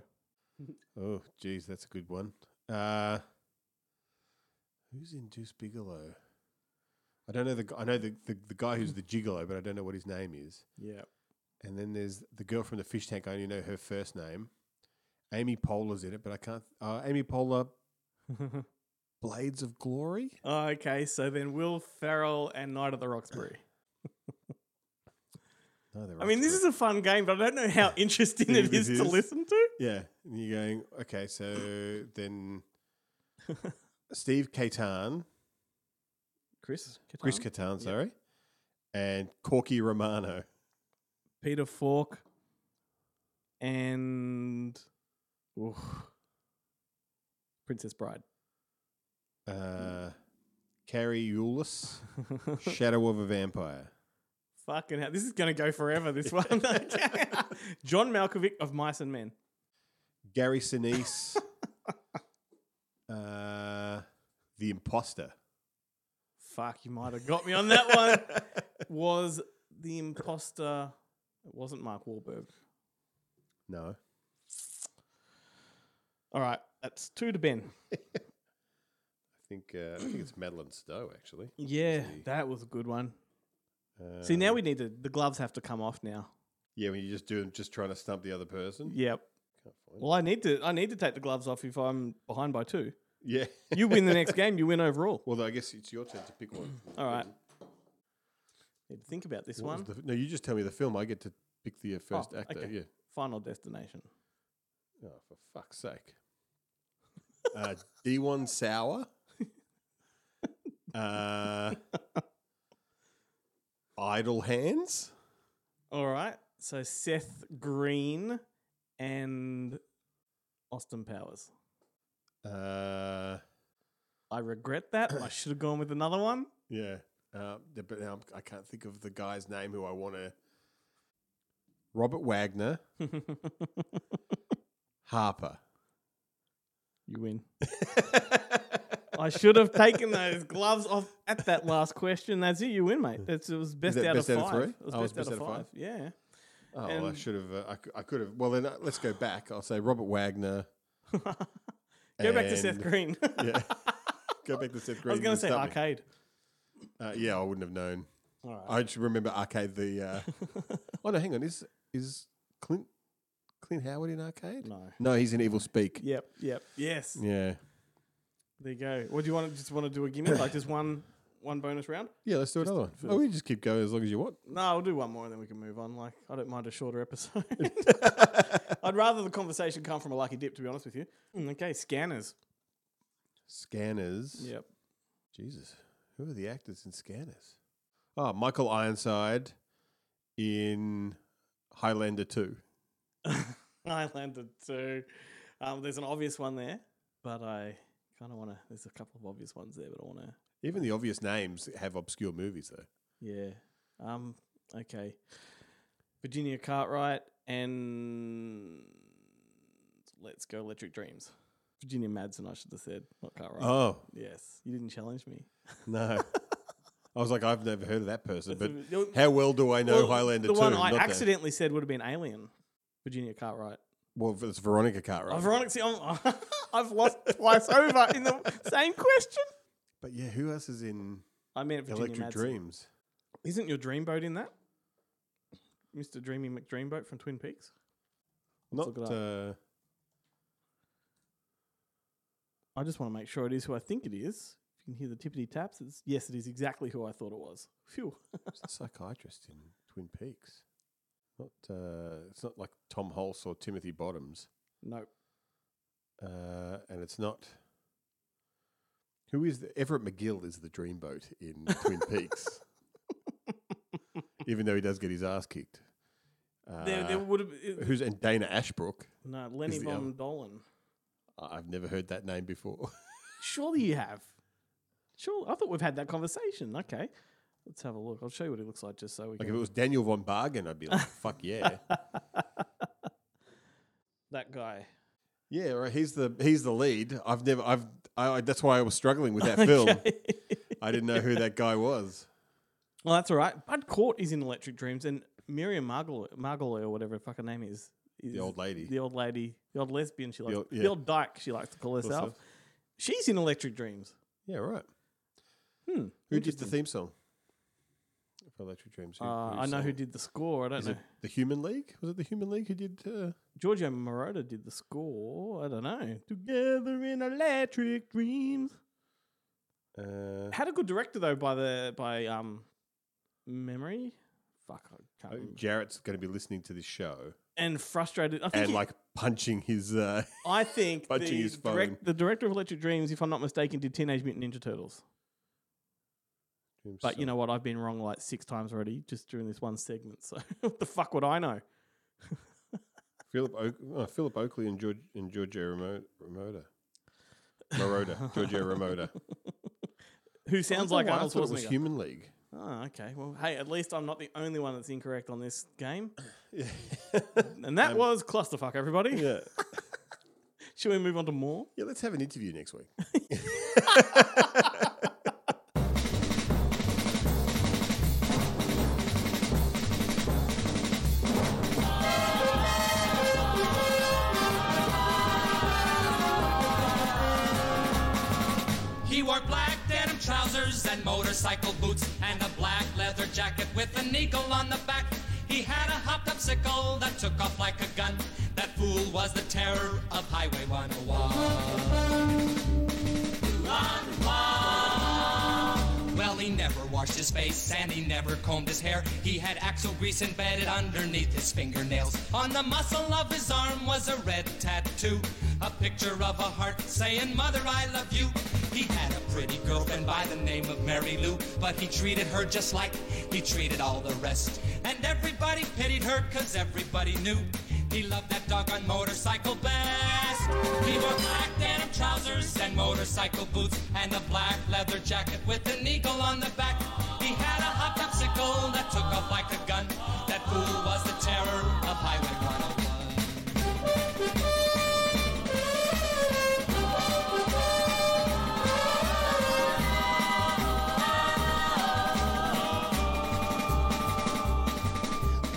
Speaker 6: Oh, geez, that's a good one. Uh, who's in Juice Bigelow? I don't know the. gu- I know the, the, the guy who's the gigolo, but I don't know what his name is.
Speaker 5: Yeah.
Speaker 6: And then there's the girl from the fish tank. I only know her first name. Amy Poehler's in it, but I can't. Uh,
Speaker 5: <laughs>
Speaker 6: Amy Poehler, Blades of Glory.
Speaker 5: okay, so then Will Ferrell and Knight of the Roxbury.
Speaker 6: No, they're
Speaker 5: I mean, this is
Speaker 6: Roxbury.
Speaker 5: a fun game, but I don't know <laughs> how interesting it
Speaker 6: Think
Speaker 5: is
Speaker 6: this
Speaker 5: to
Speaker 6: is?
Speaker 5: listen to.
Speaker 6: yeah. And you're going okay. So then, Steve Catan,
Speaker 5: Chris,
Speaker 6: Chris
Speaker 5: Kattan,
Speaker 6: Catan, sorry, and Corky Romano.
Speaker 5: Peter Falk, and oof, Princess Bride. <laughs>
Speaker 6: Uh, Carrie Eulis, Shadow of a Vampire.
Speaker 5: Fucking hell, this is going to go forever. <laughs> This one. Okay. John Malkovich of Mice and Men.
Speaker 6: Gary Sinise, uh, The Imposter.
Speaker 5: Fuck, you might have got me on that one. <laughs> Was the imposter? It wasn't Mark Wahlberg.
Speaker 6: No.
Speaker 5: All right, that's two to Ben.
Speaker 6: I think uh, I think it's Madeline Stowe actually.
Speaker 5: Yeah,
Speaker 6: See.
Speaker 5: that was a good one. See, now
Speaker 6: Um,
Speaker 5: we need to. The gloves have to come off now.
Speaker 6: yeah when you just do just trying to stump the other person.
Speaker 5: Yep.
Speaker 6: Can't find it.
Speaker 5: Well, I need to. I need to take the gloves off if I'm behind by two.
Speaker 6: Yeah. <laughs>
Speaker 5: You win the next game. You win overall.
Speaker 6: Well, I guess it's your turn to pick one.
Speaker 5: All right. Need to think about this
Speaker 6: What was
Speaker 5: one.
Speaker 6: the- no, you just tell me the film. I get to pick the uh, first
Speaker 5: Oh,
Speaker 6: actor.
Speaker 5: okay.
Speaker 6: Yeah.
Speaker 5: Final destination.
Speaker 6: Oh, for fuck's sake. Uh, <laughs> D1 Sour. Uh, Idle Hands.
Speaker 5: All right. So Seth Green and Austin Powers.
Speaker 6: Uh,
Speaker 5: I regret that. I should have gone with another one. <laughs>
Speaker 6: yeah. Uh, the- but now I'm- I can't think of the guy's name who I want to. Robert Wagner. Harper.
Speaker 5: You
Speaker 6: <laughs>
Speaker 5: win. I should have taken those gloves off at that last question. That's it. You win, mate. That's, it was best
Speaker 6: that
Speaker 5: out
Speaker 6: best
Speaker 5: of
Speaker 6: out of
Speaker 5: five.
Speaker 6: three?
Speaker 5: It was
Speaker 6: Oh, it was
Speaker 5: best, out, of five. Yeah.
Speaker 6: Oh, well, I
Speaker 5: And-
Speaker 6: should have. Uh, I, cou- I could have. Well, then uh, let's go back. I'll say Robert Wagner.
Speaker 5: <laughs> Go back to Seth
Speaker 6: and-
Speaker 5: Green. <laughs>
Speaker 6: Yeah. go back to Seth Green.
Speaker 5: I was going to
Speaker 6: and
Speaker 5: say
Speaker 6: stump me.
Speaker 5: arcade.
Speaker 6: Uh, yeah, I wouldn't have known.
Speaker 5: All right.
Speaker 6: I just remember Arcade. The
Speaker 5: <laughs>
Speaker 6: uh, oh no, hang on. Is is Clint Clint Howard in Arcade?
Speaker 5: No.
Speaker 6: No, he's in Evil Speak.
Speaker 5: Yep. Yep. Yes.
Speaker 6: Yeah.
Speaker 5: There you go. What do you want? to Just want to do a gimmick like just one one bonus round?
Speaker 6: Yeah, let's do another one. Oh, we just keep going as long as you want.
Speaker 5: No, I'll do one more and then we can move on. Like I don't mind a shorter
Speaker 6: <laughs>
Speaker 5: episode. I'd rather the conversation come from a lucky dip. To be honest with you. Mm, Okay. Scanners.
Speaker 6: Scanners.
Speaker 5: Yep.
Speaker 6: Jesus. Who are the actors in Scanners? Oh, Michael Ironside in Highlander 2.
Speaker 5: <laughs> I landed two. Um, there's an obvious one there, but I kind of want to. There's a couple of obvious ones there, but I want to.
Speaker 6: Even the obvious names have obscure movies, though.
Speaker 5: Yeah. Um. Okay. Virginia Cartwright and let's go Electric Dreams. Virginia Madsen, I should have said, not Cartwright.
Speaker 6: Oh,
Speaker 5: Yes, you didn't challenge me.
Speaker 6: no. I was like, I've never heard of that person, but
Speaker 5: That's a-
Speaker 6: how well do I know
Speaker 5: Well,
Speaker 6: Highlander
Speaker 5: The
Speaker 6: 2?
Speaker 5: one I
Speaker 6: Not that-
Speaker 5: accidentally said would have been Alien. Virginia Cartwright.
Speaker 6: Well, it's Veronica Cartwright.
Speaker 5: Oh, Veronica, see, I'm, <laughs> I've lost twice over in the same question.
Speaker 6: But yeah, who else is in
Speaker 5: I meant Virginia
Speaker 6: Electric
Speaker 5: Madsen.
Speaker 6: Dreams?
Speaker 5: Isn't your dreamboat in that? Mr. Dreamy McDreamboat from Twin Peaks? Let's
Speaker 6: Not
Speaker 5: look it
Speaker 6: uh,
Speaker 5: I just want to make sure it is who I think it is. If you can hear the tippity taps, it's yes, it is exactly who I thought it was. Phew. <laughs>
Speaker 6: who's the psychiatrist in Twin Peaks. Not uh, it's not like Tom Hulse or Timothy Bottoms,
Speaker 5: Nope.
Speaker 6: uh, and it's not. Who is the, Everett McGill is the dreamboat in
Speaker 5: <laughs>
Speaker 6: Twin Peaks, even though he does get his ass kicked. Uh,
Speaker 5: there, there would have it-
Speaker 6: who's and Dana Ashbrook?
Speaker 5: no Lenny
Speaker 6: the other-
Speaker 5: von Dolan.
Speaker 6: I- I've never heard that name before. <laughs>
Speaker 5: Surely you have. Sure, I thought we've had that conversation. Okay, let's have a look. I'll show you what he looks like just so we
Speaker 6: Like if
Speaker 5: can.
Speaker 6: it was Daniel von Bargen, I'd be like, fuck
Speaker 5: <laughs>
Speaker 6: yeah,
Speaker 5: that guy.
Speaker 6: yeah. Right, he's the he's the lead. I've never, I've, I, I- that's why I was struggling with that film.
Speaker 5: <laughs> Okay.
Speaker 6: I didn't know who that guy was.
Speaker 5: well, that's all right. Bud Court is in Electric Dreams, and Miriam Margolyes, Margolyes or whatever her fucking name is, is
Speaker 6: The old lady.
Speaker 5: the old lady, the old lesbian. She likes
Speaker 6: old-
Speaker 5: the
Speaker 6: yeah.
Speaker 5: old dyke. She likes to call
Speaker 6: Herself.
Speaker 5: herself. She's in Electric Dreams.
Speaker 6: Yeah, right.
Speaker 5: Hmm.
Speaker 6: Who did the
Speaker 5: interesting.
Speaker 6: theme song for Electric Dreams? Who-
Speaker 5: Uh, I know
Speaker 6: sang
Speaker 5: who
Speaker 6: it?
Speaker 5: did the score. I don't
Speaker 6: Is
Speaker 5: know.
Speaker 6: it the Human League? Was it the Human League who did? Uh,
Speaker 5: Giorgio Moroder did the score. I don't know. Together in Electric Dreams.
Speaker 6: uh,
Speaker 5: Had a good director though by the by um memory. Fuck, I
Speaker 6: Oh,
Speaker 5: can't. remember.
Speaker 6: Jarrett's going to be listening to this show
Speaker 5: And frustrated. I think
Speaker 6: and
Speaker 5: he-
Speaker 6: like punching his. Uh,
Speaker 5: I think the,
Speaker 6: punching his phone.
Speaker 5: the director of Electric Dreams, if I'm not mistaken, did Teenage Mutant Ninja Turtles.
Speaker 6: dream
Speaker 5: But you
Speaker 6: song.
Speaker 5: know what? I've been wrong like six times already just during this one segment. So <laughs> what the fuck would I know?
Speaker 6: Philip Oak, oh, Philip Oakley and George and Giorgio Ramoda. Moroder, Giorgio
Speaker 5: <laughs>
Speaker 6: Ramoda.
Speaker 5: Who sounds like Arnold
Speaker 6: I thought it was
Speaker 5: Schwarzenegger?
Speaker 6: Human League.
Speaker 5: Oh, okay. Well, hey, at least I'm not the only one that's incorrect on this game.
Speaker 6: <laughs> Yeah. Um,
Speaker 5: And that was clusterfuck, everybody.
Speaker 6: yeah.
Speaker 5: Should we move on to more?
Speaker 6: Yeah, let's have an interview next week.
Speaker 10: He wore black denim trousers and motorcycle boots and a black leather jacket with an eagle on the back. He had a hopped up sickle that took off like a gun. That fool was the terror of Highway 101. Well, he never washed his face and he never combed his hair. He had axle grease embedded underneath his fingernails. On the muscle of his arm was a red tattoo, a picture of a heart saying, Mother, I love you. He had a pretty girlfriend by the name of Mary Lou, but he treated her just like he treated all the rest. And everybody pitied her because everybody knew he loved that dog on motorcycle best. He wore black denim trousers and motorcycle boots and a black leather jacket with an eagle on the back. He had a hot popsicle that took off like a gun. That fool was the terror of Highway 101.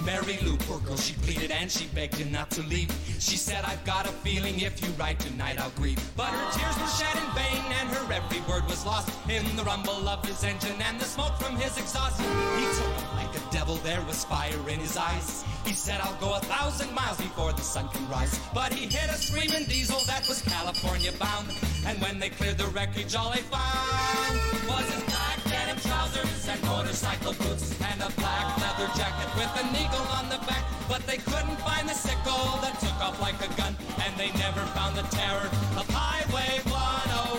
Speaker 10: Mary Lou, poor girl, she pleaded and she begged him not to leave. She said, I've got a feeling if you write tonight, I'll grieve. But her tears were shed in vain and her every word was lost in the rumble of his engine and the smoke from his exhaust. He took him like a devil, there was fire in his eyes. He said, I'll go a thousand miles before the sun can rise. But he hit a screaming diesel that was California bound. And when they cleared the wreckage, all they found was his black denim trousers and motorcycle boots and a black leather jacket with an eagle on the back. But they couldn't find the sickle that took off like a gun, and they never found the terror of Highway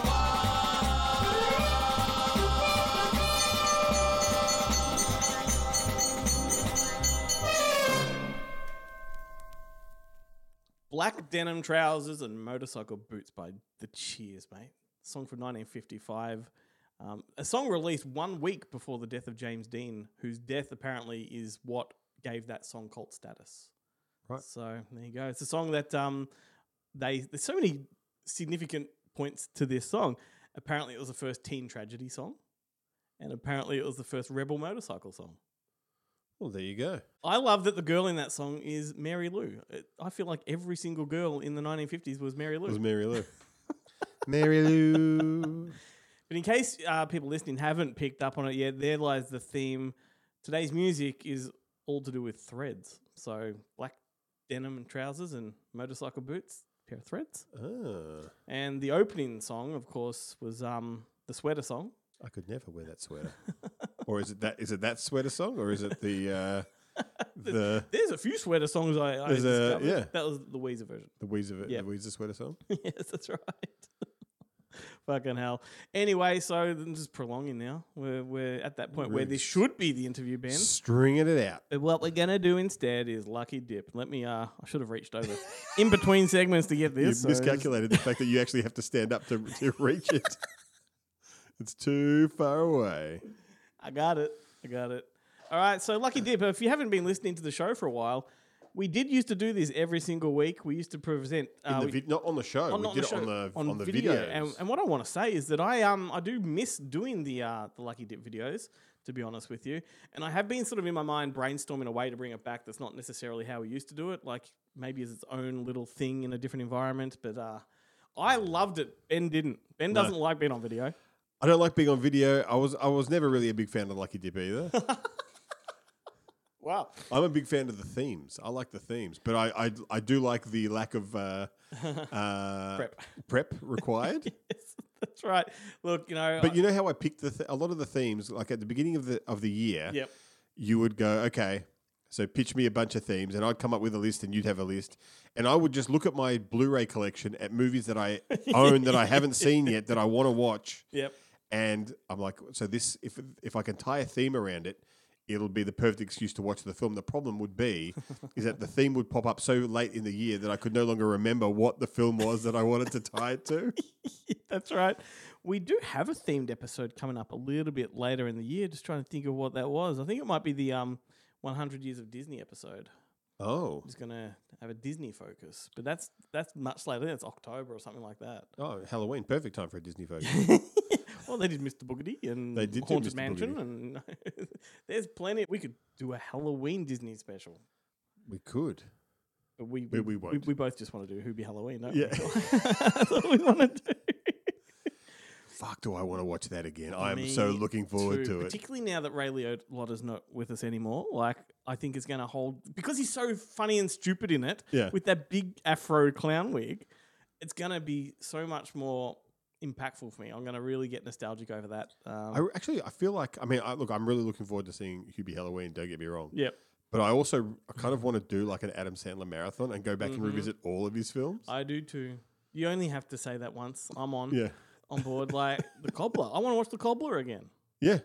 Speaker 10: 101.
Speaker 5: Black denim trousers and motorcycle boots by The Cheers, mate. Song from 1955. Um, a song released one week before the death of James Dean, whose death apparently is what gave that song cult status.
Speaker 6: Right.
Speaker 5: So there you go. It's a song that um, they there's so many significant points to this song. Apparently, it was the first teen tragedy song, and apparently, it was the first rebel motorcycle song.
Speaker 6: Well, there you go.
Speaker 5: I love that the girl in that song is Mary Lou. It, I feel like every single girl in the 1950s was Mary Lou.
Speaker 6: It was
Speaker 5: <laughs>
Speaker 6: Mary Lou. Mary Lou.
Speaker 5: But in case uh, people listening haven't picked up on it yet, there lies the theme. Today's music is all to do with threads. So black denim and trousers and motorcycle boots, pair of threads.
Speaker 6: Ah,
Speaker 5: And the opening song, of course, was um, the sweater song.
Speaker 6: I could never wear that sweater. or is it that? Is it that sweater song? Or is it the uh,
Speaker 5: <laughs>
Speaker 6: the
Speaker 5: There's a few sweater songs I, I
Speaker 6: There's a-
Speaker 5: discovered.
Speaker 6: yeah.
Speaker 5: That was the Weezer version.
Speaker 6: the Weezer
Speaker 5: Yeah.
Speaker 6: the Weezer sweater song?
Speaker 5: <laughs> yes, that's right. <laughs> Fucking hell. Anyway, so I'm just prolonging now. We're, we're at that point where
Speaker 6: Really
Speaker 5: this should be the interview band.
Speaker 6: Stringing it out.
Speaker 5: But what we're gonna do instead is lucky dip. Let me. Uh, I should have reached over in between segments to get
Speaker 6: <laughs> You
Speaker 5: this. so it's-
Speaker 6: miscalculated the fact that you actually have to stand up to,
Speaker 5: <laughs>
Speaker 6: to reach it. It's too far away.
Speaker 5: I got it. I got it. All right. So lucky dip. If you haven't been listening to the show for a while, we did used to do this every single week. We used to present.
Speaker 6: In
Speaker 5: Uh,
Speaker 6: the
Speaker 5: we-
Speaker 6: vid- not on the show.
Speaker 5: on-
Speaker 6: we
Speaker 5: not
Speaker 6: did
Speaker 5: the
Speaker 6: it on
Speaker 5: show,
Speaker 6: the on, the videos.
Speaker 5: And, and what I want to say is that I um I do miss doing the uh, the lucky dip videos. To be honest with you, and I have been sort of in my mind brainstorming a way to bring it back. That's not necessarily how we used to do it. Like maybe as its own little thing in a different environment. But uh, I loved it. Ben didn't. Ben
Speaker 6: No.
Speaker 5: doesn't like being on video.
Speaker 6: I don't like being on video. I was I was never really a big fan of Lucky
Speaker 5: <laughs>
Speaker 6: Dip either.
Speaker 5: Wow.
Speaker 6: I'm a big fan of the themes. I like the themes, but I I, I do like the lack of
Speaker 5: <laughs>
Speaker 6: uh, uh,
Speaker 5: Prep.
Speaker 6: prep
Speaker 5: <laughs>
Speaker 6: required.
Speaker 5: yes, <laughs> that's right. Look, you know.
Speaker 6: But
Speaker 5: I-
Speaker 6: you know how I picked the th- a lot of the themes like at the beginning of the of the year.
Speaker 5: Yep.
Speaker 6: You would go okay. So pitch me a bunch of themes, and I'd come up with a list, and you'd have a list, and I would just look at my Blu-ray collection at movies that
Speaker 5: <laughs>
Speaker 6: I own that I haven't seen yet that I want to watch.
Speaker 5: Yep.
Speaker 6: and I'm like, so this if if I can tie a theme around it, it'll be the perfect excuse to watch the film. The problem
Speaker 5: <laughs>
Speaker 6: would be is that the theme would pop up so late in the year that I could no longer remember what the film was that I wanted to tie
Speaker 5: <laughs>
Speaker 6: it to.
Speaker 5: That's right. We do have a themed episode coming up a little bit later in the year. Just trying to think of what that was. I think it might be the um 100 years of Disney episode.
Speaker 6: Oh,
Speaker 5: I'm just gonna have a Disney focus, but that's that's much later. I think That's October or something like
Speaker 6: <laughs>
Speaker 5: that.
Speaker 6: oh, Halloween, perfect time for a Disney focus.
Speaker 5: <laughs> well, they did Mr. Boogedy and
Speaker 6: They did do
Speaker 5: Haunted
Speaker 6: Mr.
Speaker 5: Mansion, and <laughs> there's plenty. We could do a Halloween Disney special.
Speaker 6: we could.
Speaker 5: But we
Speaker 6: We-
Speaker 5: We,
Speaker 6: we won't.
Speaker 5: both just want to do Who Be Halloween, don't
Speaker 6: Yeah.
Speaker 5: we? <laughs> That's what we want to do.
Speaker 6: Fuck, do I want to watch that again? I am so
Speaker 5: Me
Speaker 6: looking forward
Speaker 5: too,
Speaker 6: to it.
Speaker 5: Particularly now that Ray Liotta's not with us anymore. Like, I think it's going to hold because he's so funny and stupid in it.
Speaker 6: Yeah.
Speaker 5: With that big afro clown wig, it's going to be so much more impactful for me. I'm going to really get nostalgic over that. Um,
Speaker 6: I actually, I feel like, I mean, I, look, I'm really looking forward to seeing Hubie Halloween. Don't get me wrong,
Speaker 5: yep.
Speaker 6: but I also I kind of want to do like an Adam Sandler marathon and go back
Speaker 5: Mhm.
Speaker 6: and revisit all of his films.
Speaker 5: I do too. You only have to say that once. I'm on
Speaker 6: yeah,
Speaker 5: on board. Like the cobbler. I want to watch the cobbler again. <laughs>
Speaker 6: yeah,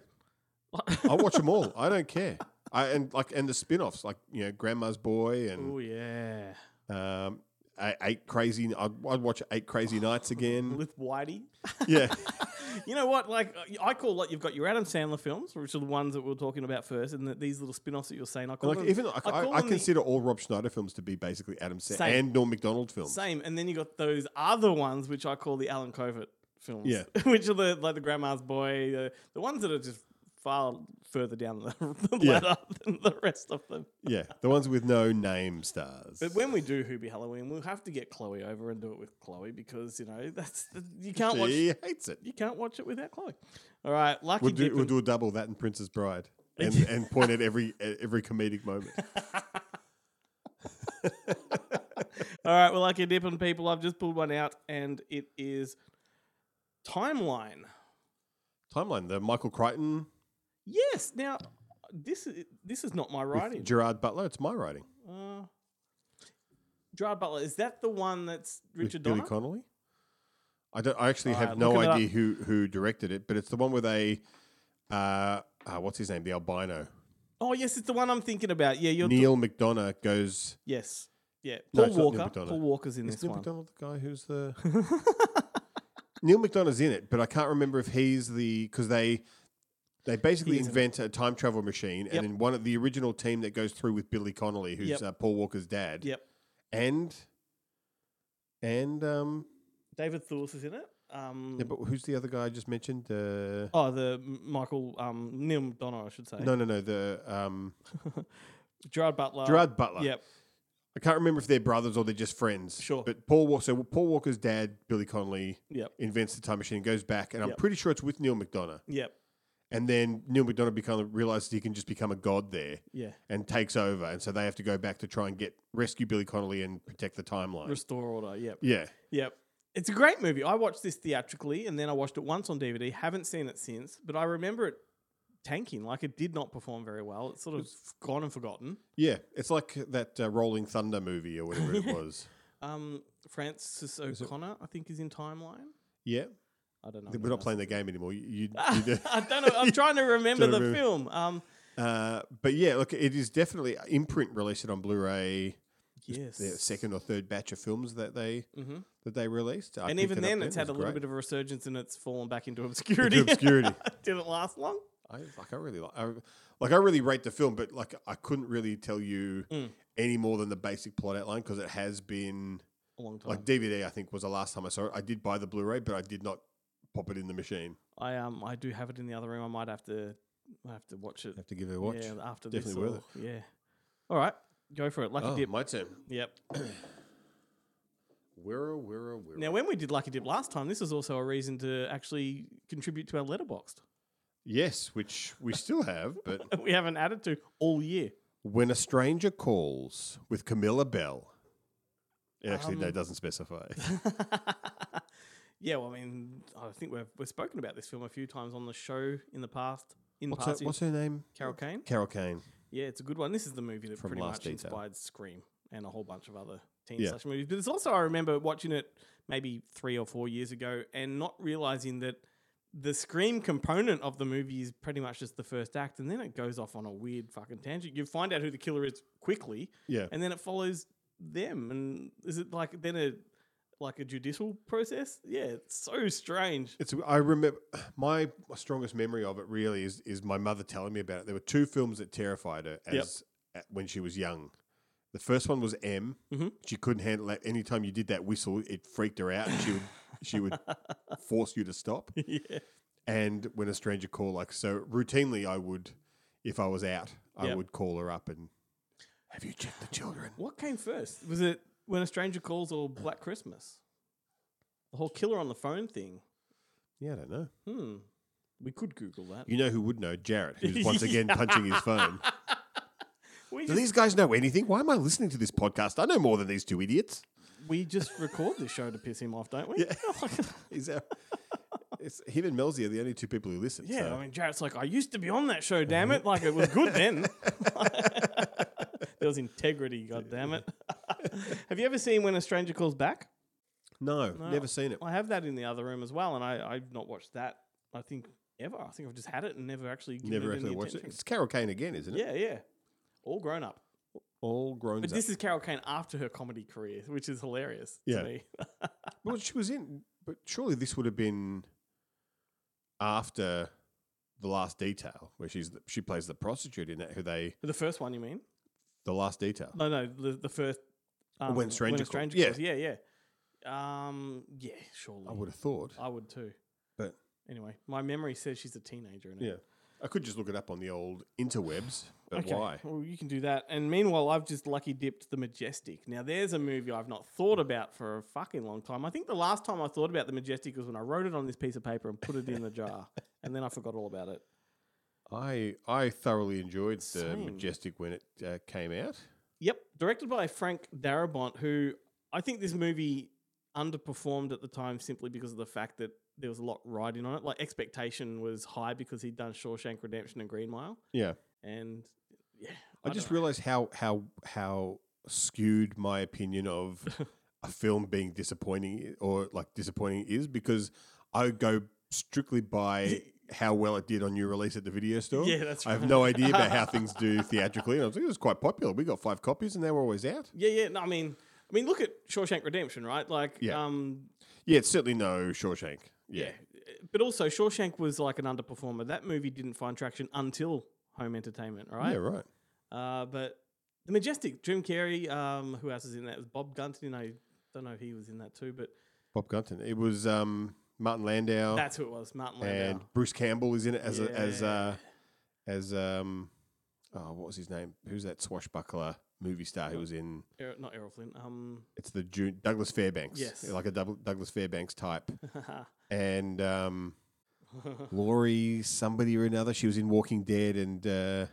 Speaker 6: I watch them all. I don't care. I and like and the spin-offs like you know Grandma's Boy
Speaker 5: oh
Speaker 6: and
Speaker 5: yeah.
Speaker 6: um, I- Eight Crazy. I'd, I'd watch Eight
Speaker 5: Oh.
Speaker 6: Crazy Nights
Speaker 5: <laughs>
Speaker 6: again.
Speaker 5: With Whitey.
Speaker 6: yeah,
Speaker 5: You know what? Like I call like you've got your Adam Sandler films, which are the ones that we were talking about first, and that these little spin-offs that you're saying. I call
Speaker 6: like
Speaker 5: them,
Speaker 6: even like, I,
Speaker 5: call
Speaker 6: I
Speaker 5: them the
Speaker 6: consider all Rob Schneider films to be basically Adam Sandler
Speaker 5: Same.
Speaker 6: and Norm Macdonald films.
Speaker 5: same, and then you got those other ones which I call the Alan Covert films,
Speaker 6: Yeah.
Speaker 5: <laughs> which are the like the Grandma's Boy, uh, the ones that are just far further down the, <laughs> the
Speaker 6: Yeah.
Speaker 5: ladder than the rest of them.
Speaker 6: Yeah, the ones with no name stars.
Speaker 5: But when we do Who Be Halloween, we'll have to get Chloe over and do it with Chloe because you know that's the, you can't watch
Speaker 6: she hates it.
Speaker 5: you can't watch it without Chloe. All right, lucky
Speaker 6: We'll do,
Speaker 5: Dip
Speaker 6: we'll
Speaker 5: and-
Speaker 6: do a double that and Princess
Speaker 5: <laughs>
Speaker 6: Bride and, and point at every at every comedic moment.
Speaker 5: All right, well, lucky dipping people. I've just pulled one out, and it is timeline.
Speaker 6: Timeline: the Michael Crichton
Speaker 5: Yes. Now, this is this is not my
Speaker 6: with
Speaker 5: writing.
Speaker 6: Gerard Butler. It's my writing.
Speaker 5: uh, Gerard Butler is that the one that's
Speaker 6: with
Speaker 5: Richard
Speaker 6: Billy
Speaker 5: Donner?
Speaker 6: Connolly. I don't. I actually
Speaker 5: All
Speaker 6: have
Speaker 5: right,
Speaker 6: no
Speaker 5: look it
Speaker 6: idea
Speaker 5: up.
Speaker 6: who who directed it, but it's the one with a uh, uh what's his name? The albino
Speaker 5: oh, yes, it's the one I'm thinking about. Yeah, you're
Speaker 6: Neil McDonough goes.
Speaker 5: yes, yeah. Paul
Speaker 6: No, it's not Neil
Speaker 5: Walker.
Speaker 6: McDonough.
Speaker 5: Paul Walker's in
Speaker 6: Is
Speaker 5: this
Speaker 6: Neil
Speaker 5: one.
Speaker 6: McDonough the guy who's the <laughs> Neil McDonough's in it, but I can't remember if he's the because they they basically
Speaker 5: He is in it.
Speaker 6: invent a time travel machine,
Speaker 5: Yep.
Speaker 6: and then one of the original team that goes through with Billy Connolly, who's
Speaker 5: Yep.
Speaker 6: uh, Paul Walker's dad,
Speaker 5: yep.
Speaker 6: and and um
Speaker 5: David Thewlis is in it. Um,
Speaker 6: Yeah, but who's the other guy I just mentioned? Uh,
Speaker 5: oh, the M- Michael um, Neil McDonough, I should say.
Speaker 6: No, no, no. The um,
Speaker 5: Gerard Butler.
Speaker 6: Gerard Butler.
Speaker 5: Uh, Yep.
Speaker 6: I can't remember if they're brothers or they're just friends.
Speaker 5: Sure.
Speaker 6: But Paul Walker, so Paul Walker's dad, Billy Connolly,
Speaker 5: Yep.
Speaker 6: invents the time machine, goes back, and I'm
Speaker 5: Yep.
Speaker 6: pretty sure it's with Neil McDonough.
Speaker 5: Yep.
Speaker 6: And then Neil McDonough become, realizes he can just become a god there
Speaker 5: Yeah.
Speaker 6: and takes over. And so they have to go back to try and get rescue Billy Connolly and protect the timeline.
Speaker 5: Restore order. Yep.
Speaker 6: yeah.
Speaker 5: Yep. It's a great movie. I watched this theatrically and then I watched it once on DVD. Haven't seen it since, but I remember it tanking. Like it did not perform very well. It's sort of gone and forgotten.
Speaker 6: Yeah. It's like that uh, Rolling Thunder movie or
Speaker 5: <laughs>
Speaker 6: whatever it was.
Speaker 5: Um, Francis O'Connor, I think, is in Timeline.
Speaker 6: Yeah.
Speaker 5: I don't know.
Speaker 6: We're not playing the game
Speaker 5: <laughs>
Speaker 6: anymore. You, you, you
Speaker 5: I don't know. I'm trying to remember
Speaker 6: Trying to
Speaker 5: the
Speaker 6: remember.
Speaker 5: film. Um,
Speaker 6: Uh, but yeah, look, it is definitely imprint released it on Blu-ray.
Speaker 5: yes.
Speaker 6: The second or third batch of films that they
Speaker 5: hmm
Speaker 6: that they released, I
Speaker 5: And
Speaker 6: picked
Speaker 5: even
Speaker 6: it up
Speaker 5: then, it's had
Speaker 6: It
Speaker 5: a
Speaker 6: was
Speaker 5: little
Speaker 6: great.
Speaker 5: bit of a resurgence and it's fallen back into obscurity. <laughs>
Speaker 6: obscurity.
Speaker 5: Didn't last long.
Speaker 6: I like. I really like. I, like. I really rate the film, but like, I couldn't really tell you
Speaker 5: Mm.
Speaker 6: any more than the basic plot outline because it has been
Speaker 5: A long time.
Speaker 6: like DVD. I think was the last time I saw it. I did buy the Blu-ray, but I did not pop it in the machine.
Speaker 5: I um, I do have it in the other room. I might have to, I have to watch it.
Speaker 6: have to give it a watch.
Speaker 5: Yeah, after this.
Speaker 6: Definitely
Speaker 5: or-
Speaker 6: worth
Speaker 5: Yeah. All right, go for it. Lucky
Speaker 6: oh,
Speaker 5: dip.
Speaker 6: my turn.
Speaker 5: Yep.
Speaker 6: Wirra, wirra, wirra.
Speaker 5: Now, when we did lucky dip last time, this was also a reason to actually contribute to our letterboxed. <laughs>
Speaker 6: yes, which we still have, but
Speaker 5: We haven't added to all year. <laughs>
Speaker 6: When a Stranger Calls with Camilla Bell. It actually no,
Speaker 5: Um,
Speaker 6: it doesn't <laughs> specify.
Speaker 5: yeah, well, I mean, I think we've we've spoken about this film a few times on the show in the past. In
Speaker 6: What's her,
Speaker 5: past,
Speaker 6: what's her name?
Speaker 5: Carol Kane.
Speaker 6: Carol Kane.
Speaker 5: Yeah, it's a good one. This is the movie that
Speaker 6: From
Speaker 5: pretty much
Speaker 6: Last Detail.
Speaker 5: inspired Scream and a whole bunch of other teen
Speaker 6: Yeah.
Speaker 5: slash movies. But it's also I remember watching it maybe three or four years ago and not realizing that the Scream component of the movie is pretty much just the first act, and then it goes off on a weird fucking tangent. You find out who the killer is quickly,
Speaker 6: Yeah.
Speaker 5: and then it follows them. And is it like then a like a judicial process? Yeah, it's so strange.
Speaker 6: It's I remember <sighs> my strongest memory of it really is is my mother telling me about it. There were two films that terrified her
Speaker 5: Yep.
Speaker 6: as at- when she was young. The first one was M.
Speaker 5: Mhm.
Speaker 6: She couldn't handle that. Anytime you did that whistle, it freaked her out and she would
Speaker 5: <laughs>
Speaker 6: she would force you to stop.
Speaker 5: yeah,
Speaker 6: and when a stranger call like so routinely i would if i was out i
Speaker 5: Yep.
Speaker 6: would call her up and have you checked the children
Speaker 5: What came first? Was it When a Stranger Calls or Black Christmas? The whole killer on the phone thing.
Speaker 6: yeah i don't know
Speaker 5: Hmm. We could Google that.
Speaker 6: you know who would know
Speaker 5: <laughs>
Speaker 6: jared who's once again punching his phone
Speaker 5: We
Speaker 6: do
Speaker 5: just,
Speaker 6: these guys know anything why am i listening to this podcast i know more than these two idiots
Speaker 5: we just record this show to piss him off, don't we? <laughs>
Speaker 6: Yeah. <laughs> He's our, it's him and melzi are the only two people who listen
Speaker 5: Yeah,
Speaker 6: so.
Speaker 5: I mean, Jarrett's like, I used to be on that show, damn it. Like, it was good
Speaker 6: <laughs>
Speaker 5: then. <laughs> there was integrity, god damn
Speaker 6: <laughs>
Speaker 5: it. Have you ever seen When a Stranger Calls Back?
Speaker 6: no,
Speaker 5: No.
Speaker 6: never seen it
Speaker 5: I have that in the other room as well, and I, I've not watched that, I think, ever. I think I've just had it and never actually given
Speaker 6: never
Speaker 5: it
Speaker 6: actually
Speaker 5: any
Speaker 6: watched it
Speaker 5: attention.
Speaker 6: it's carol kane again isn't it
Speaker 5: Yeah, yeah. All grown up.
Speaker 6: all grown
Speaker 5: But
Speaker 6: up
Speaker 5: this is Carol Kane after her comedy career, which is hilarious
Speaker 6: Yeah.
Speaker 5: to me. <laughs>
Speaker 6: Well, she was in, but surely this would have been after the last detail, where she's the, she plays the prostitute in that. Who they
Speaker 5: the first one, you mean?
Speaker 6: the last detail?
Speaker 5: No, no, the, the first. Um,
Speaker 6: When Stranger
Speaker 5: a
Speaker 6: Calls.
Speaker 5: Stranger
Speaker 6: Yeah.
Speaker 5: Calls. Yeah, yeah. Um, yeah, surely.
Speaker 6: I would have thought,
Speaker 5: I would too.
Speaker 6: but
Speaker 5: Anyway, my memory says she's a teenager in it.
Speaker 6: yeah, I could just look it up on the old interwebs. But
Speaker 5: Okay,
Speaker 6: why?
Speaker 5: Well, you can do that. And meanwhile, I've just lucky dipped The Majestic. Now, there's a movie I've not thought about for a fucking long time. I think the last time I thought about The Majestic was when I wrote it on this piece of paper and put it in the
Speaker 6: <laughs>
Speaker 5: jar. and then I forgot all about it.
Speaker 6: I I thoroughly enjoyed the
Speaker 5: Same.
Speaker 6: majestic when it uh, came out.
Speaker 5: Yep, directed by Frank Darabont, who I think this movie underperformed at the time simply because of the fact that there was a lot riding on it. Like expectation was high because he'd done Shawshank Redemption and Green Mile,
Speaker 6: Yeah,
Speaker 5: and yeah,
Speaker 6: I, just
Speaker 5: don't know.
Speaker 6: realized how how how skewed my
Speaker 5: <laughs>
Speaker 6: opinion of a film being disappointing or like disappointing is because I go
Speaker 5: <laughs>
Speaker 6: strictly by how well it did on new release at the video store.
Speaker 5: Yeah, that's
Speaker 6: I have
Speaker 5: right.
Speaker 6: no idea
Speaker 5: <laughs>
Speaker 6: about how things do theatrically. And I was like, it was quite popular. We got five copies and they were always out.
Speaker 5: yeah, yeah. No, I mean, I mean, look at Shawshank Redemption, right? Like,
Speaker 6: Yeah.
Speaker 5: um,
Speaker 6: Yeah, it's certainly no Shawshank.
Speaker 5: yeah.
Speaker 6: Yeah.
Speaker 5: but also Shawshank was like an underperformer. That movie didn't find traction until Home Entertainment, right?
Speaker 6: Yeah, right.
Speaker 5: Uh, but the majestic Jim Carrey. Um, who else is in that? It was Bob Gunton. I don't know if he was in that too, but
Speaker 6: Bob Gunton. It was um Martin Landau,
Speaker 5: That's who it was, Martin Landau.
Speaker 6: and Bruce Campbell is in it as a, as uh,
Speaker 5: Yeah.
Speaker 6: as um, oh, what was his name? Who's that swashbuckler movie star who was in?
Speaker 5: Er- not Errol Flynn. Um,
Speaker 6: It's the Ju- Douglas Fairbanks,
Speaker 5: Yes.
Speaker 6: like a Doug- Douglas
Speaker 5: <laughs>
Speaker 6: Fairbanks type, and um, Laurie somebody or another. She was in Walking Dead, and uh,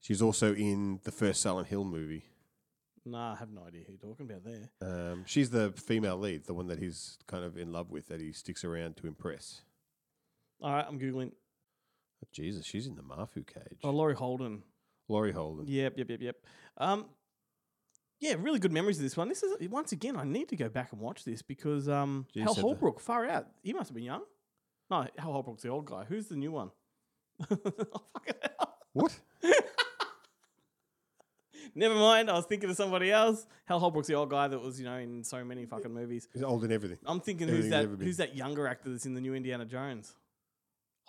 Speaker 6: she's also in the first Silent Hill movie.
Speaker 5: nah, I have no idea who you're talking about there.
Speaker 6: Um, she's the female lead, the one that he's kind of in love with, that he sticks around to impress.
Speaker 5: All right, I'm googling.
Speaker 6: Oh, Jesus, she's in the Mafu cage.
Speaker 5: Oh, Laurie Holden.
Speaker 6: Laurie Holden.
Speaker 5: Yep, yep, yep, yep. Um, yeah, really good memories of this one. This is once again, I need to go back and watch this because um,
Speaker 6: Jeez,
Speaker 5: Hal
Speaker 6: had the-
Speaker 5: Holbrook, far out. He must have been young. No, Hal Holbrook's the old guy. Who's the new one? <laughs> oh, fucking hell.
Speaker 6: What?
Speaker 5: <laughs> Never mind. I was thinking of somebody else. Hal Holbrook's the old guy that was, you know, in so many fucking movies.
Speaker 6: He's old in everything.
Speaker 5: I'm thinking
Speaker 6: Everything's
Speaker 5: who's that?
Speaker 6: ever been.
Speaker 5: Who's that younger actor that's in the new Indiana Jones?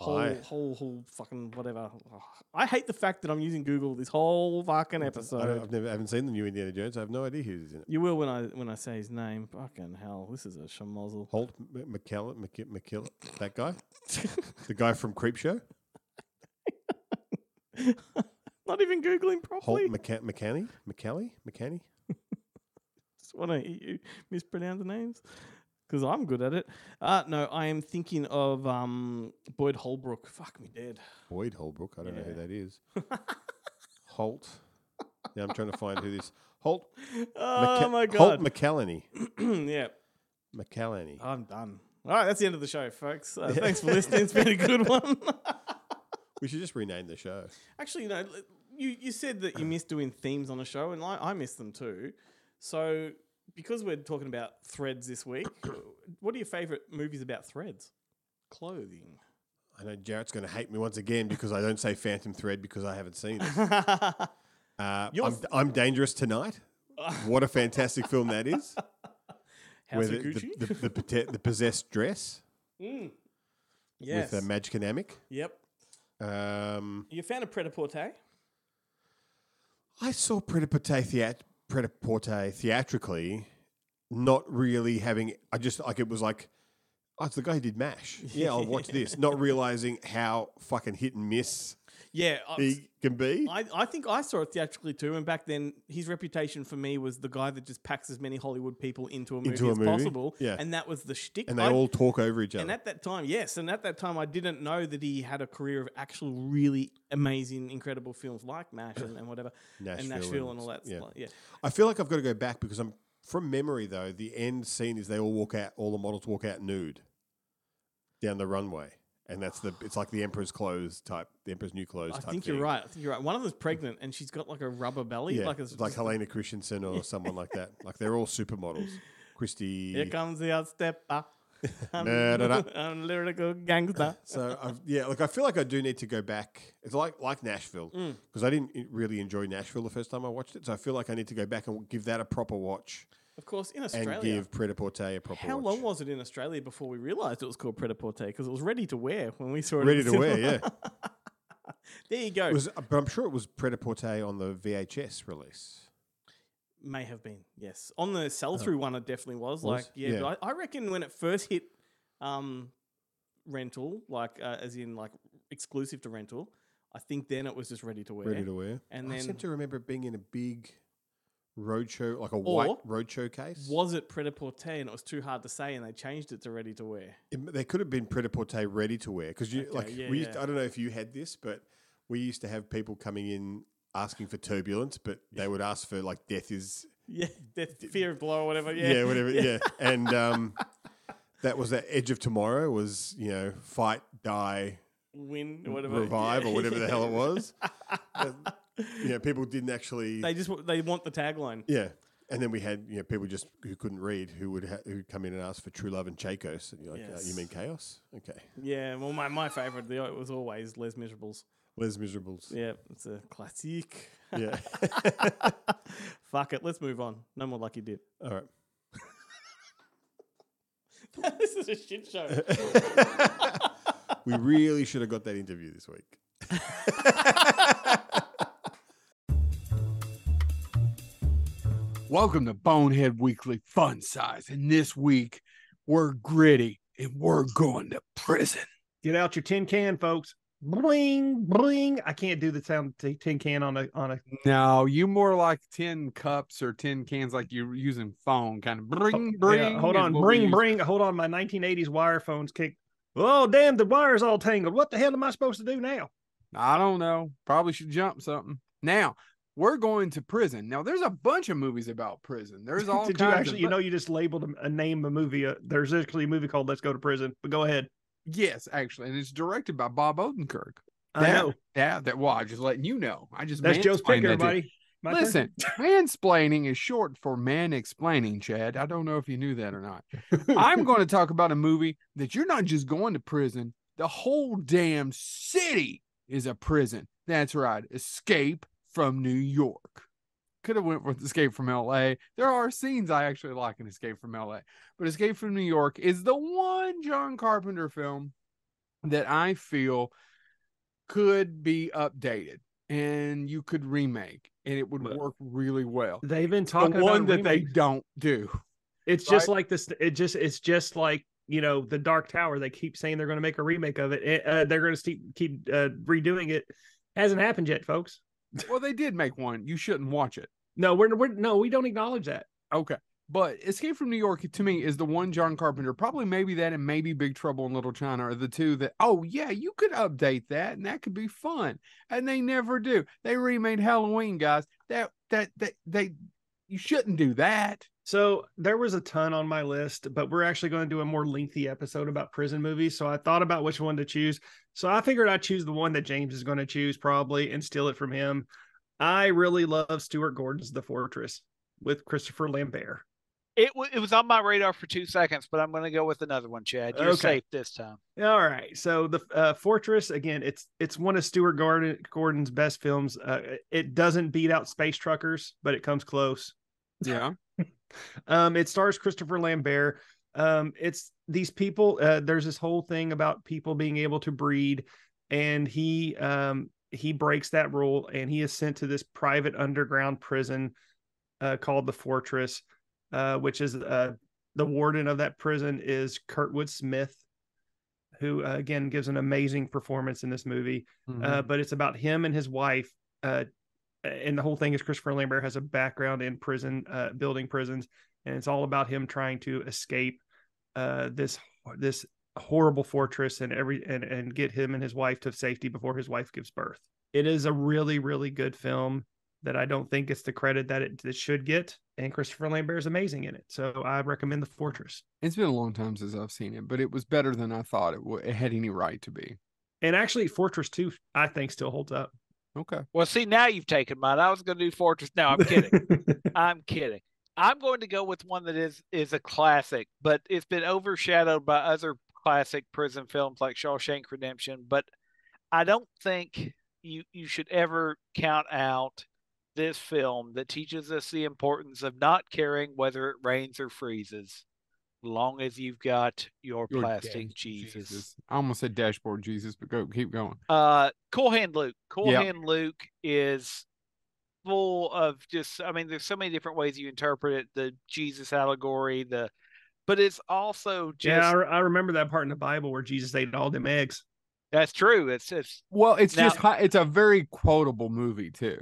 Speaker 5: Whole,
Speaker 6: Aye.
Speaker 5: whole, whole fucking whatever. I hate the fact that I'm using Google this whole fucking
Speaker 6: I don't,
Speaker 5: episode.
Speaker 6: I've never, I haven't seen the new Indiana Jones. I have no idea who's in it.
Speaker 5: You will when I when I say his name. Fucking hell, this is a shamozzle.
Speaker 6: Holt M- McKellen, McK- McKill- that guy, the guy from Creepshow.
Speaker 5: <laughs> Not even googling
Speaker 6: Holt
Speaker 5: properly.
Speaker 6: McCa- McCanny, McCallie, McCanny.
Speaker 5: Just want to you mispronounce the names because I'm good at it. Uh no, I am thinking of um Boyd Holbrook. Fuck me dead.
Speaker 6: Boyd Holbrook. I don't know who that is. Holt. Now I'm trying to find who
Speaker 5: <laughs>
Speaker 6: this Holt.
Speaker 5: Oh
Speaker 6: McCa-
Speaker 5: my
Speaker 6: Holt
Speaker 5: god. Uh,
Speaker 6: McCallany.
Speaker 5: <clears throat> yeah,
Speaker 6: McCallany.
Speaker 5: I'm done. All right, that's the end of the show, folks. Uh, thanks for listening. It's been a
Speaker 6: <laughs>
Speaker 5: good one.
Speaker 6: We should just rename the show.
Speaker 5: Actually, you know, l- you, you said that you miss doing themes on a show, and I, I miss them too. So, because we're talking about threads this week, <coughs> what are your favorite movies about threads? Clothing.
Speaker 6: I know Jarrett's going to hate me once again because I don't say Phantom Thread because I haven't seen
Speaker 5: <laughs>
Speaker 6: it. Uh,
Speaker 5: Your
Speaker 6: I'm, I'm Dangerous Tonight. What a fantastic film that is.
Speaker 5: <laughs> House
Speaker 6: the,
Speaker 5: of Gucci?
Speaker 6: the, the, the, pote- the possessed dress
Speaker 5: Mm. Yes.
Speaker 6: with uh, Madge Kanamic.
Speaker 5: yep.
Speaker 6: Um,
Speaker 5: You found a Pret-a-Porter?
Speaker 6: I saw Pret-a-Porter, theat- Pret-a-Porter theatrically, not really having. I just like it was like, oh, it's the guy who did Mash. Yeah, I'll
Speaker 5: <laughs>
Speaker 6: watch this. Not realizing how fucking hit and miss
Speaker 5: Yeah. I,
Speaker 6: he can be.
Speaker 5: I, I think I saw it theatrically too, and back then his reputation for me was the guy that just packs as many Hollywood people into a movie
Speaker 6: Into a
Speaker 5: as
Speaker 6: movie,
Speaker 5: possible.
Speaker 6: yeah.
Speaker 5: And that was the shtick.
Speaker 6: and they
Speaker 5: I-
Speaker 6: all talk over each other.
Speaker 5: And at that time, yes, and at that time, I didn't know that he had a career of actual really amazing, incredible films like Mash and, and whatever,
Speaker 6: Nashville
Speaker 5: and Nashville
Speaker 6: and-
Speaker 5: and all that.
Speaker 6: yeah.
Speaker 5: stuff. yeah.
Speaker 6: I feel like I've got to go back because I'm from memory though. The end scene is they all walk out, all the models walk out nude down the runway, and that's the it's like the Emperor's clothes type, the Emperor's new clothes.
Speaker 5: I
Speaker 6: type
Speaker 5: think you're
Speaker 6: thing.
Speaker 5: right. I think you're right. One of them's pregnant, and she's got like a rubber belly,
Speaker 6: Yeah,
Speaker 5: like
Speaker 6: like,
Speaker 5: it's
Speaker 6: like Helena
Speaker 5: <laughs>
Speaker 6: Christensen or someone like that. Like they're all supermodels. Christy.
Speaker 5: Here comes the
Speaker 6: <laughs>
Speaker 5: outstepper. I'm,
Speaker 6: Da-da-da.
Speaker 5: <laughs> I'm lyrical
Speaker 6: <laughs>
Speaker 5: gangster.
Speaker 6: So I've, yeah, like I feel like I do need to go back. It's like like Nashville
Speaker 5: Mm.
Speaker 6: because I didn't e, really enjoy Nashville the first time I watched it. So I feel like I need to go back and give that a proper watch
Speaker 5: Of course, in
Speaker 6: and
Speaker 5: Australia.
Speaker 6: give Pret a Porter a proper
Speaker 5: How
Speaker 6: watch.
Speaker 5: long was it in Australia before we realised it was called Pret-a-Porter? Because it was ready to wear when we saw it. at
Speaker 6: Ready
Speaker 5: the
Speaker 6: to
Speaker 5: <laughs>
Speaker 6: wear,
Speaker 5: cinema.
Speaker 6: yeah.
Speaker 5: There you go.
Speaker 6: It was, uh, but I'm sure it was Pret a Porter on the VHS release.
Speaker 5: May have been, yes. On the sell through one, it definitely was. Like, yeah,
Speaker 6: Oh. Yeah.
Speaker 5: But I, I reckon when it first hit um, rental, like uh, as in like exclusive to rental, I think then it was just ready to wear.
Speaker 6: Ready to wear.
Speaker 5: And
Speaker 6: I
Speaker 5: then-
Speaker 6: seem to remember it being in a big roadshow, like a
Speaker 5: Or
Speaker 6: white roadshow case.
Speaker 5: Was it Pret a Porter and it was too hard to say and they changed it to ready to wear? <laughs>
Speaker 6: It, they could have been pret a porter ready to wear because you like
Speaker 5: yeah,
Speaker 6: we. Used
Speaker 5: yeah.
Speaker 6: I don't know if you had this, but we used to have people coming in asking for turbulence, but they would ask for like death is <laughs>
Speaker 5: Yeah, that fear of blow or whatever.
Speaker 6: yeah,
Speaker 5: Yeah, <laughs>
Speaker 6: whatever yeah, and um, that was that edge of tomorrow was you know fight die
Speaker 5: Win or whatever.
Speaker 6: revive
Speaker 5: Yeah,
Speaker 6: or whatever the hell it
Speaker 5: yeah. <laughs>
Speaker 6: was. Uh, you know, people didn't actually
Speaker 5: They just wa- they want the tagline.
Speaker 6: yeah. And then we had you know people just who couldn't read who would ha- who'd come in and ask for true love and Chacos and you're like uh, you
Speaker 5: Yes.
Speaker 6: mean chaos
Speaker 5: <laughs>
Speaker 6: okay
Speaker 5: Yeah, well, my, my favorite the, it was always Les Miserables.
Speaker 6: Les Miserables
Speaker 5: Yeah, it's a
Speaker 6: <laughs>
Speaker 5: classic. <laughs>
Speaker 6: yeah.
Speaker 5: Fuck it, let's move on. No more lucky dip.
Speaker 6: all right.
Speaker 5: <laughs> this is a shit show.
Speaker 6: We really should have got that interview this week.
Speaker 11: Welcome to Bonehead Weekly Fun Size. And this week, we're gritty
Speaker 12: and we're going to prison.
Speaker 8: Get out your tin can, folks. Bling, bling. I can't do the sound t- tin can on a on a
Speaker 11: No, you more like tin cups or tin cans, like you're using phone kind of bring,
Speaker 8: Oh, Yeah,
Speaker 11: bring.
Speaker 8: hold
Speaker 11: is
Speaker 8: on,
Speaker 11: what we
Speaker 8: bring,
Speaker 11: use.
Speaker 8: bring. Hold on, my 1980s wire phones kicked. Oh damn, the wire's all tangled. What the hell am I supposed to do now?
Speaker 11: I don't know. Probably should jump something. Now we're going to prison. Now there's a bunch of movies about prison.
Speaker 8: <laughs>
Speaker 11: There's all
Speaker 8: Did you
Speaker 11: kinds of
Speaker 8: actually? you
Speaker 11: bu-
Speaker 8: know, you just labeled a, a name a movie. Uh, there's actually a movie called "Let's Go to Prison." But go ahead.
Speaker 11: Yes, actually, and it's directed by Bob Odenkirk.
Speaker 8: I know
Speaker 11: Yeah, that. Well, I'm just letting you know. I just
Speaker 8: that's Joe's pick,
Speaker 11: mansplained that to you.
Speaker 8: everybody. My turn.
Speaker 11: Listen, mansplaining is short for man explaining, Chad. I don't know if you knew that or not.
Speaker 8: <laughs>
Speaker 11: I'm going to talk about a movie that you're not just going to prison, the whole damn city is a prison. That's right, Escape from New York. Could have went with Escape from LA. There are scenes I actually like in Escape from LA, but Escape from New York is the one John Carpenter film that I feel could be updated and you could remake and it would
Speaker 8: Well,
Speaker 11: work really well.
Speaker 8: They've been
Speaker 11: The
Speaker 8: talking
Speaker 11: one
Speaker 8: about
Speaker 11: that they
Speaker 8: remakes.
Speaker 11: don't do. <laughs>
Speaker 8: It's just like this. It just it's just like you know the Dark Tower. They keep saying they're going to make a remake of it. It- uh, they're going to keep keep uh, redoing it. Hasn't happened yet, folks.
Speaker 11: Well, they did make one. You shouldn't watch it.
Speaker 8: No, we're, we're no, we don't acknowledge that.
Speaker 11: Okay. But Escape from New York to me is the one John Carpenter, probably maybe that and maybe Big Trouble in Little China are the two that, oh, yeah, you could update that and that could be fun. And they never do. They remade Halloween, guys. That, that, that, they, you shouldn't do that.
Speaker 8: So there was a ton on my list, but we're actually going to do a more lengthy episode about prison movies. So I thought about which one to choose. So I figured I'd choose the one that James is going to choose probably and steal it from him. I really love Stuart Gordon's The Fortress with Christopher Lambert.
Speaker 9: It, w- it was on my radar for two seconds, but I'm going to go with another one, Chad. You're
Speaker 8: Okay.
Speaker 9: safe this time.
Speaker 8: All right. So the uh, Fortress again, it's it's one of Stuart Gordon, Gordon's best films. Uh, it doesn't beat out Space Truckers, but it comes close.
Speaker 11: Yeah.
Speaker 8: Um, it stars Christopher Lambert. Um, it's these people. Uh, there's this whole thing about people being able to breed, and he um, he breaks that rule, and he is sent to this private underground prison uh, called the Fortress, uh, which is uh, the warden of that prison is Kurtwood Smith, who uh, again gives an amazing performance in this movie uh, but it's about him and his wife. Uh, and the whole thing is Christopher Lambert has a background in prison, uh, building prisons, and it's all about him trying to escape uh, this this horrible fortress and every and and get him and his wife to safety before his wife gives birth. It is a really really good film that I don't think gets the credit that it, it should get, and Christopher Lambert is amazing in it. So I recommend The Fortress.
Speaker 11: It's been a long time since I've seen it, but it was better than I thought it, w- it had any right to be.
Speaker 8: And actually, Fortress Two I think still holds up.
Speaker 11: Okay.
Speaker 9: Well, see, now you've taken mine. I was going to do Fortress. No, I'm kidding.
Speaker 8: <laughs>
Speaker 9: I'm kidding. I'm going to go with one that is is a classic, but it's been overshadowed by other classic prison films like Shawshank Redemption. But I don't think you you should ever count out this film that teaches us the importance of not caring whether it rains or freezes, long as you've got your,
Speaker 11: Your
Speaker 9: plastic
Speaker 11: dash-
Speaker 9: Jesus.
Speaker 11: I almost said dashboard Jesus, but go keep going.
Speaker 9: Uh, Cool Hand Luke. Cool
Speaker 11: Yeah.
Speaker 9: Hand Luke is full of just. I mean, there's so many different ways you interpret it. The Jesus allegory. The, but it's also just.
Speaker 8: yeah, I, re- I remember that part in the Bible where Jesus ate all them eggs.
Speaker 9: that's true. It's it's
Speaker 11: Well, it's
Speaker 9: Now-
Speaker 11: just high, it's a very quotable movie too.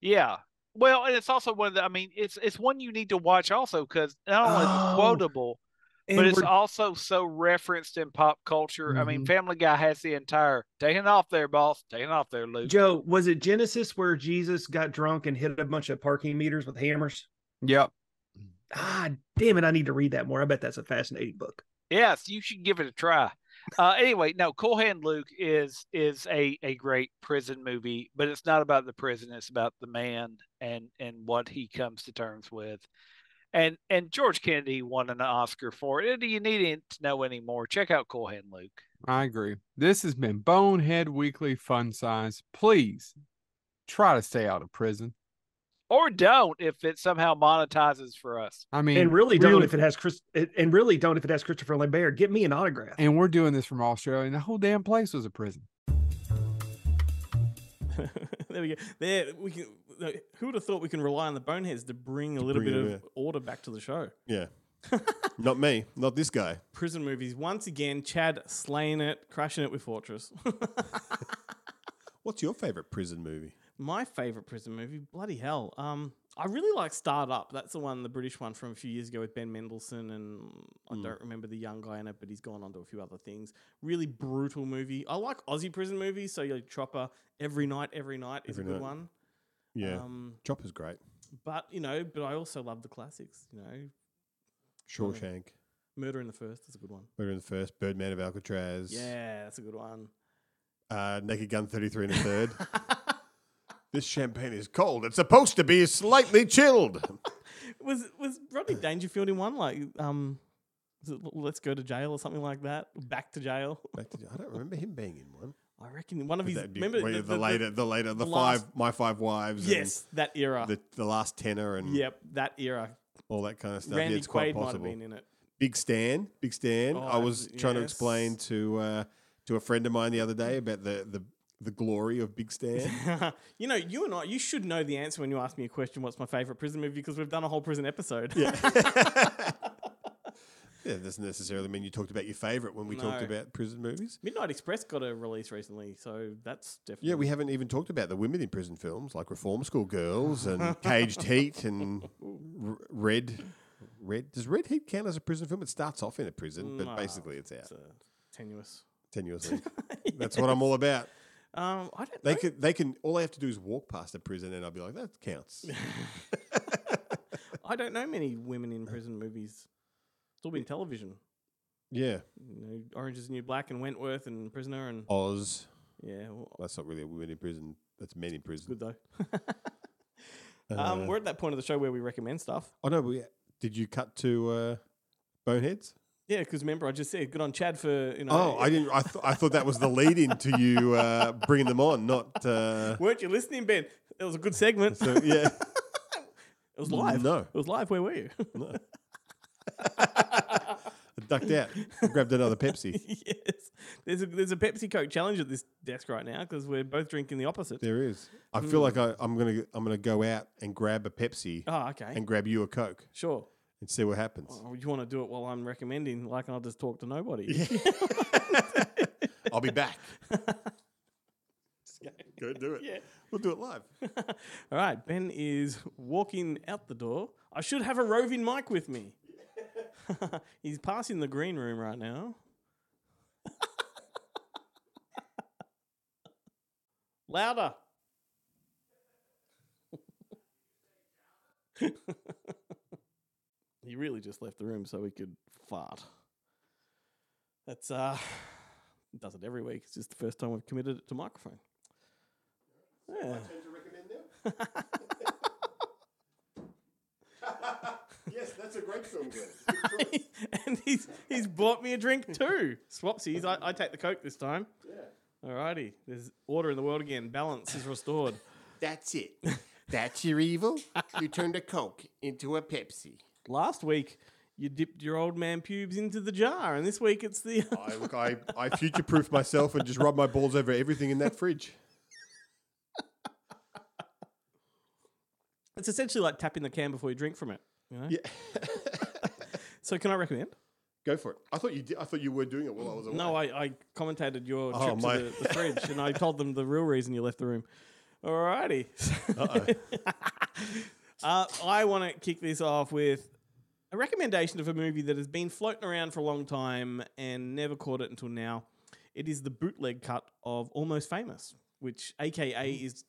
Speaker 9: yeah. Well, and it's also one of the. I mean, it's it's one you need to watch also because not only is
Speaker 8: Oh,
Speaker 9: it quotable, but
Speaker 8: And
Speaker 9: it's
Speaker 8: we're-
Speaker 9: also so referenced in pop culture. I mean, Family Guy has the entire taking it off there, boss. Taking it off there, Luke.
Speaker 8: Joe, was it Genesis where Jesus got drunk and hit a bunch of parking meters with hammers?
Speaker 11: Yep.
Speaker 8: Ah, damn it! I need to read that more. I bet that's a fascinating book.
Speaker 9: Yes, you should give it a try. Uh, anyway, no, Cool Hand Luke is is a a great prison movie, but it's not about the prison. It's about the man and and what he comes to terms with. And and George Kennedy won an Oscar for it. Do you need it to know anymore? Check out Cool Hand Luke.
Speaker 11: I agree. This has been Bonehead Weekly Fun Size. Please try to stay out of prison.
Speaker 9: Or don't if it somehow monetizes for us.
Speaker 11: I mean,
Speaker 8: And really don't
Speaker 11: really-
Speaker 8: if it has Chris. And really don't if it has Christopher Lambert. Get me an autograph.
Speaker 11: and we're doing this from Australia, and the whole damn place was a prison.
Speaker 5: there we go. There we can. Who would have thought we can rely on the boneheads to bring a little
Speaker 6: bring
Speaker 5: bit <laughs>
Speaker 6: it
Speaker 5: of order back to the show?
Speaker 6: Yeah. Not me. Not this guy.
Speaker 5: Prison movies. Once again, Chad slaying it, crushing it with Fortress. <laughs>
Speaker 6: What's your favorite prison movie?
Speaker 5: My favorite prison movie, bloody hell. Um, I really like Start Up. That's the one, the British one from a few years ago with Ben Mendelsohn, and I
Speaker 6: Mm.
Speaker 5: don't remember the young guy in it, but he's gone on to a few other things. Really brutal movie. I like Aussie prison movies, so your Chopper, Every Night, Every Night is
Speaker 6: Every
Speaker 5: a good
Speaker 6: Night.
Speaker 5: one.
Speaker 6: Yeah.
Speaker 5: Um,
Speaker 6: Chopper's great.
Speaker 5: but you know, but I also love the classics. You know, um,
Speaker 6: Shawshank.
Speaker 5: Murder in the First is a good one.
Speaker 6: Murder in the First. Birdman of Alcatraz.
Speaker 5: Yeah, that's a good one.
Speaker 6: Uh, Naked Gun 33 and
Speaker 5: <laughs>
Speaker 6: a third. this champagne is cold. It's supposed to be slightly chilled.
Speaker 5: Was was
Speaker 6: <laughs>
Speaker 5: Rodney Dangerfield in one like um, was it Let's Go to Jail or something like that? Back to Jail. <laughs>
Speaker 6: Back to, I don't remember him being in one.
Speaker 5: I reckon one of his
Speaker 6: That'd be
Speaker 5: remember
Speaker 6: where the, later, the later, the,
Speaker 5: last-
Speaker 6: five, my five wives.
Speaker 5: Yes, that era.
Speaker 6: And the, the last tenor and
Speaker 5: yep, that era.
Speaker 6: all that kind of stuff.
Speaker 5: Randy
Speaker 6: yeah, it's quite
Speaker 5: Quaid might have
Speaker 6: possible.
Speaker 5: been in it.
Speaker 6: Big Stan, Big Stan.
Speaker 5: Oh,
Speaker 6: I was
Speaker 5: abs-
Speaker 6: trying to
Speaker 5: yes.
Speaker 6: explain to uh, to a friend of mine the other day about the the, the glory of Big
Speaker 5: <laughs>
Speaker 6: Stan.
Speaker 5: you know, you and I, you should know the answer when you ask me a question. What's my favorite prison movie? Because we've done a whole prison episode.
Speaker 6: Yeah. yeah, it doesn't necessarily mean you talked about your favorite when we talked
Speaker 5: No.
Speaker 6: about prison movies.
Speaker 5: <laughs> Midnight Express got a release recently, so that's definitely
Speaker 6: Yeah, we haven't even talked about the women in prison films like Reform School Girls
Speaker 5: <laughs>
Speaker 6: and Caged Heat and R- Red. Red does Red Heat count as a prison film? It starts off in a prison, but
Speaker 5: No,
Speaker 6: basically it's out
Speaker 5: uh, tenuous. <laughs>
Speaker 6: tenuously. That's what I'm all about.
Speaker 5: Um, I don't.
Speaker 6: They
Speaker 5: know.
Speaker 6: can, they can. All they have to do is walk past a prison, and I'll be like, that
Speaker 5: <laughs>
Speaker 6: counts.
Speaker 5: I don't know many women in prison movies. It's all been television.
Speaker 6: yeah,
Speaker 5: You know, Orange is the New Black and Wentworth and Prisoner
Speaker 6: Oh.
Speaker 5: and
Speaker 6: Oz.
Speaker 5: yeah, well,
Speaker 6: That's not really a women in prison. That's men in prison.
Speaker 5: good though. um,
Speaker 6: Uh,
Speaker 5: we're at that point of the show where we recommend stuff.
Speaker 6: Oh no, we, did you cut to uh, Boneheads?
Speaker 5: Yeah, because remember I just said good on Chad for you know.
Speaker 6: Oh, I didn't. I, th- I thought that was the lead in to you uh, bringing them on, not.
Speaker 5: <laughs>
Speaker 6: Uh,
Speaker 5: <laughs> Weren't you listening, Ben? It was a good segment.
Speaker 6: so yeah,
Speaker 5: It was live.
Speaker 6: No.
Speaker 5: It was live. Where were you? <laughs>
Speaker 6: no. I ducked out, grabbed another Pepsi.
Speaker 5: yes. There's a, there's a Pepsi Coke challenge at this desk right now because we're both drinking the opposite.
Speaker 6: There is. I feel like I, I'm gonna I'm gonna go out and grab a Pepsi
Speaker 5: Hmm. Oh, okay.
Speaker 6: and grab you a Coke
Speaker 5: sure.
Speaker 6: and see what happens.
Speaker 5: Oh, you want to do it while I'm recommending? Like I'll just talk to nobody.
Speaker 6: I'll be <laughs> back. Go do it.
Speaker 5: Yeah.
Speaker 6: We'll do it <laughs> live.
Speaker 5: <laughs> All right. Ben is walking out the door. I should have a roving mic with me. <laughs> He's passing the green room right now. <laughs> Louder. <laughs> he really just left the room so he could fart. That's uh <sighs> does it every week. It's just the first time we've committed it to microphone. Yeah.
Speaker 6: yes, that's a great film.
Speaker 5: <laughs> and he's he's bought me a drink too. Swapsies, I, I take the coke this time. Yeah. Alrighty. There's order in the world again. Balance is restored.
Speaker 2: That's it. That's your evil. You turned a Coke into a Pepsi.
Speaker 5: Last week you dipped your old man pubes into the jar, and this week it's the <laughs>
Speaker 6: I, look, I, I future proof myself and just rub my balls over everything in that fridge.
Speaker 5: it's essentially like tapping the can before you drink from it. You know?
Speaker 6: Yeah,
Speaker 5: So can I recommend?
Speaker 6: go for it. I thought you did, I thought you were doing it while I was away.
Speaker 5: No, I, I commentated your
Speaker 6: Oh,
Speaker 5: trip to
Speaker 6: my-
Speaker 5: the, the fridge, and I told them the real reason you left the room. Alrighty. <laughs> uh, I want to kick this off with a recommendation of a movie that has been floating around for a long time and never caught it until now. It is the bootleg cut of Almost Famous, which AKA
Speaker 6: Hmm.
Speaker 5: is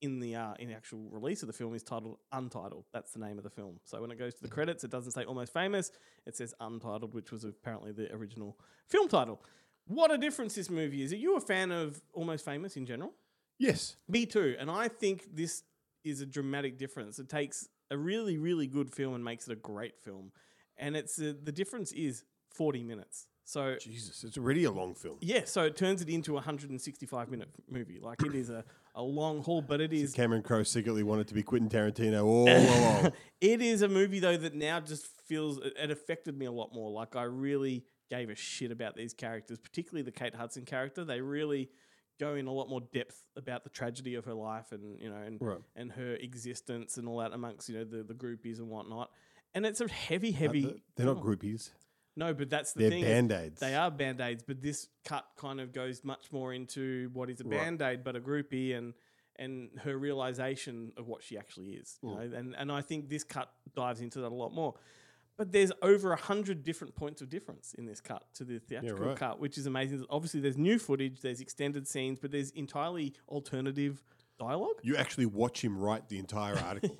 Speaker 5: in the uh, in the actual release of the film is titled Untitled. That's the name of the film. So when it goes to
Speaker 6: Hmm.
Speaker 5: the credits, it doesn't say Almost Famous. It says Untitled, which was apparently the original film title. What a difference this movie is. Are you a fan of Almost Famous in general?
Speaker 6: Yes.
Speaker 5: Me too. And I think this is a dramatic difference. It takes a really, really good film and makes it a great film. And it's uh, the difference is 40 minutes. So,
Speaker 6: Jesus, it's already a long film.
Speaker 5: yeah, so it turns it into a 165 minute movie. Like it is a, a long haul, but it is
Speaker 6: Cameron Crowe secretly wanted to be Quentin
Speaker 5: <laughs>
Speaker 6: Tarantino all along.
Speaker 5: It is a movie though that now just feels it- it affected me a lot more. Like I really gave a shit about these characters, particularly the Kate Hudson character. They really go in a lot more depth about the tragedy of her life and you know and
Speaker 6: Right.
Speaker 5: and her existence and all that amongst you know the the groupies and whatnot. and it's a heavy, heavy.
Speaker 6: Uh, They're not groupies.
Speaker 5: No, but that's the
Speaker 6: They're
Speaker 5: thing. is
Speaker 6: Band-Aids.
Speaker 5: They are band aids, but this cut kind of goes much more into what is a
Speaker 6: Right.
Speaker 5: band aid, but a groupie, and and her realization of what she actually is. you
Speaker 6: Mm.
Speaker 5: know? And and I think this cut dives into that a lot more. But there's over a hundred different points of difference in this cut to the theatrical
Speaker 6: right.
Speaker 5: cut, which is amazing. Obviously, there's new footage, there's extended scenes, but there's entirely alternative dialogue. <laughs>
Speaker 6: You actually watch him write the entire article. <laughs>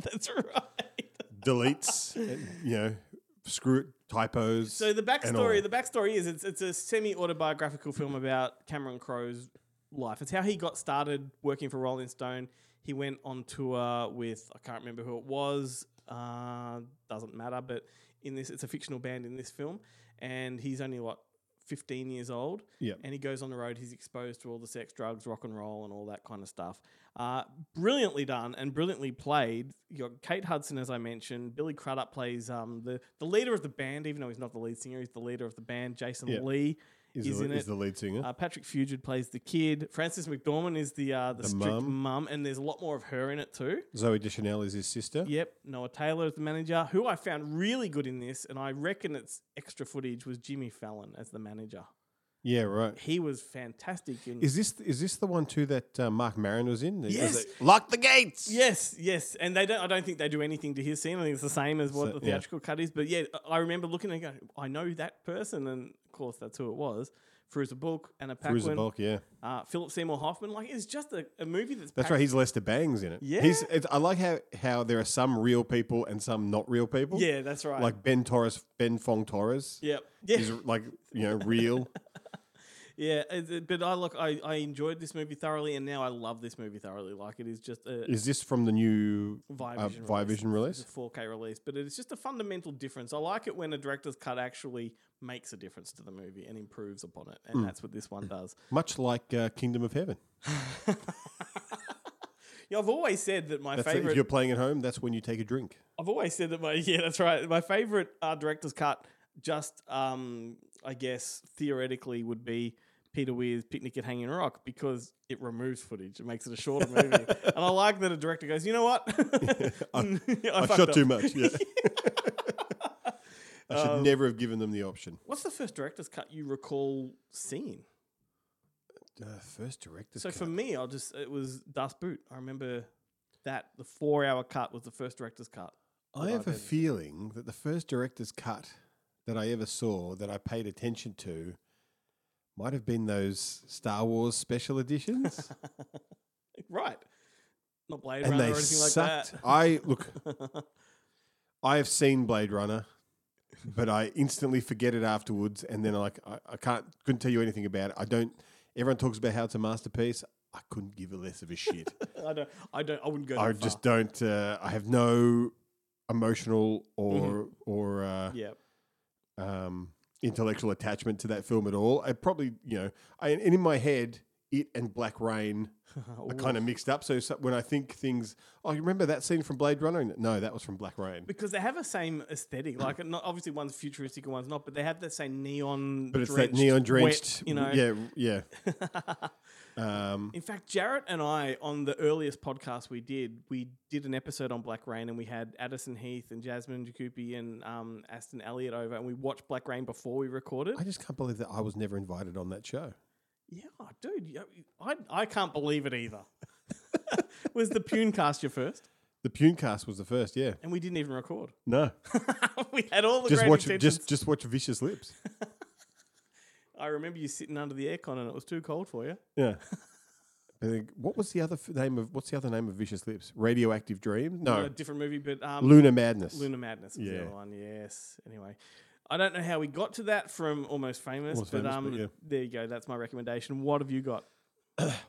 Speaker 5: that's right.
Speaker 6: Deletes, and, you know, screw it, typos.
Speaker 5: So the
Speaker 6: and all.
Speaker 5: backstory, the backstory is it's it's a semi autobiographical film about Cameron Crowe's life. It's how he got started working for Rolling Stone. He went on tour with I can't remember who it was. Uh, doesn't matter. But in this, it's a fictional band in this film, and he's only what. 15 years old
Speaker 6: Yep.
Speaker 5: and he goes on the road he's exposed to all the sex drugs rock and roll and all that kind of stuff uh, brilliantly done and brilliantly played you got kate hudson as i mentioned billy crudup plays um, the, the leader of the band even though he's not the lead singer he's the leader of the band jason
Speaker 6: Yeah.
Speaker 5: lee
Speaker 6: Is
Speaker 5: is,
Speaker 6: the-
Speaker 5: in
Speaker 6: is
Speaker 5: it.
Speaker 6: the lead singer.
Speaker 5: Uh, Patrick Fugid plays the kid. Frances McDormand is the uh, the,
Speaker 6: The
Speaker 5: strict
Speaker 6: mum.
Speaker 5: mum, and there's a lot more of her in it too.
Speaker 6: Zoe Deschanel is his sister.
Speaker 5: Yep, Noah Taylor is the manager, who I found really good in this, and I reckon it's extra footage was Jimmy Fallon as the manager.
Speaker 6: Yeah, right.
Speaker 5: He was fantastic. In,
Speaker 6: Is this is this the one too that uh, Mark Maron was in? Is
Speaker 5: Yes.
Speaker 6: it- lock the gates.
Speaker 5: Yes, yes, and they don't. I don't think they do anything to his scene. I think it's the same as what
Speaker 6: So-
Speaker 5: the
Speaker 6: yeah.
Speaker 5: theatrical cut is. But yeah, I- I remember looking and going, "I know that person," and of course that's who it was. Fruza Bulk, Anna
Speaker 6: Fruza
Speaker 5: Paquin,
Speaker 6: Bulk, yeah.
Speaker 5: uh, Philip Seymour Hoffman. Like it's just a, a movie that's
Speaker 6: That's
Speaker 5: packed-
Speaker 6: right. He's Lester Bangs in it.
Speaker 5: Yeah.
Speaker 6: He's, it's, I like how, how there are some real people and some not real people.
Speaker 5: Yeah, that's right.
Speaker 6: Like Ben Torres, Ben Fong Torres.
Speaker 5: Yep. Yeah.
Speaker 6: He's like, you know,
Speaker 5: <laughs>
Speaker 6: real.
Speaker 5: yeah. it- it- But I look, I, I enjoyed this movie thoroughly, and now I love this movie thoroughly. Like it is just a
Speaker 6: Is this from the new uh,
Speaker 5: Viavision
Speaker 6: Viavision release?
Speaker 5: It's a 4K release, but it's just a fundamental difference. I like it when a director's cut actually makes a difference to the movie and improves upon it, and
Speaker 6: Mm.
Speaker 5: that's what this one does.
Speaker 6: Much like uh, Kingdom of Heaven.
Speaker 5: Yeah, I've always said that my
Speaker 6: That's it.
Speaker 5: favorite.
Speaker 6: If you're playing at home, that's when you take a drink.
Speaker 5: I've always said that my <laughs> yeah, that's right. My favorite uh, director's cut, just um, I guess theoretically, would be Peter Weir's Picnic at Hanging Rock because it removes footage. It makes it a
Speaker 6: <laughs>
Speaker 5: shorter movie, and I like that a director goes, you know what? <laughs> I,
Speaker 6: I
Speaker 5: fucked
Speaker 6: shot
Speaker 5: up."
Speaker 6: too much.
Speaker 5: <laughs>
Speaker 6: Yeah. <laughs> I should
Speaker 5: Um,
Speaker 6: never have given them the option.
Speaker 5: What's the first director's cut you recall seeing?
Speaker 6: Uh, first director's
Speaker 5: so
Speaker 6: cut.
Speaker 5: for me, I'll just it was Dust Boot. I remember that the four-hour cut was the first director's cut. that
Speaker 6: I have a
Speaker 5: I've ever-
Speaker 6: feeling that the first director's cut that I ever saw that I paid attention to might have been those Star Wars
Speaker 5: <laughs>
Speaker 6: special editions.
Speaker 5: right, not Blade
Speaker 6: and
Speaker 5: Runner or
Speaker 6: they
Speaker 5: anything
Speaker 6: sucked.
Speaker 5: like that.
Speaker 6: I look I have seen Blade Runner, but I instantly forget it afterwards and then like I, I can't couldn't tell you anything about it. I don't everyone talks about how it's a masterpiece. I couldn't give a less of a shit.
Speaker 5: <laughs> I don't. I don't. I wouldn't go. That far.
Speaker 6: I just don't. Uh, I have no emotional or
Speaker 5: Mm-hmm.
Speaker 6: or uh,
Speaker 5: <laughs> Yep.
Speaker 6: um, intellectual attachment to that film at all. I probably you know, I, and in my head, it and Black Rain are kind of mixed up. So, so when I think things, oh, you remember that scene from Blade Runner? No, that was from Black Rain.
Speaker 5: because they have the same aesthetic. Like, not, obviously, one's futuristic and one's not, but they have the same neon.
Speaker 6: But it's
Speaker 5: drenched,
Speaker 6: that neon
Speaker 5: wet,
Speaker 6: drenched,
Speaker 5: you know. <laughs>
Speaker 6: Yeah, yeah. um,
Speaker 5: In fact, Jarrett and I, on the earliest podcast we did, we did an episode on Black Rain, and we had Addison Heath and Jasmine Jacoby and um, Aston Elliott over, and we watched Black Rain before we recorded.
Speaker 6: I just can't believe that I was never invited on that show.
Speaker 5: yeah, dude, yeah, I, I can't believe it either. <laughs> was the Punecast your first?
Speaker 6: The Punecast was the first, yeah.
Speaker 5: And we didn't even record. <laughs>
Speaker 6: No,
Speaker 5: we had all the
Speaker 6: just
Speaker 5: great
Speaker 6: watch
Speaker 5: intentions.
Speaker 6: just just watch Vicious Lips.
Speaker 5: I remember you sitting under the aircon and it was too cold for you.
Speaker 6: Yeah. <laughs> I think what was the other f- name of what's the other name of Vicious Lips? Radioactive Dreams? No,
Speaker 5: a different movie, but um,
Speaker 6: Lunar Madness.
Speaker 5: Lunar Madness was the
Speaker 6: Yeah.
Speaker 5: other one. Yes. Anyway, I don't know how we got to that from Almost Famous,
Speaker 6: Almost
Speaker 5: but
Speaker 6: Famous,
Speaker 5: um,
Speaker 6: but yeah.
Speaker 5: there you go. That's my recommendation. What have you got?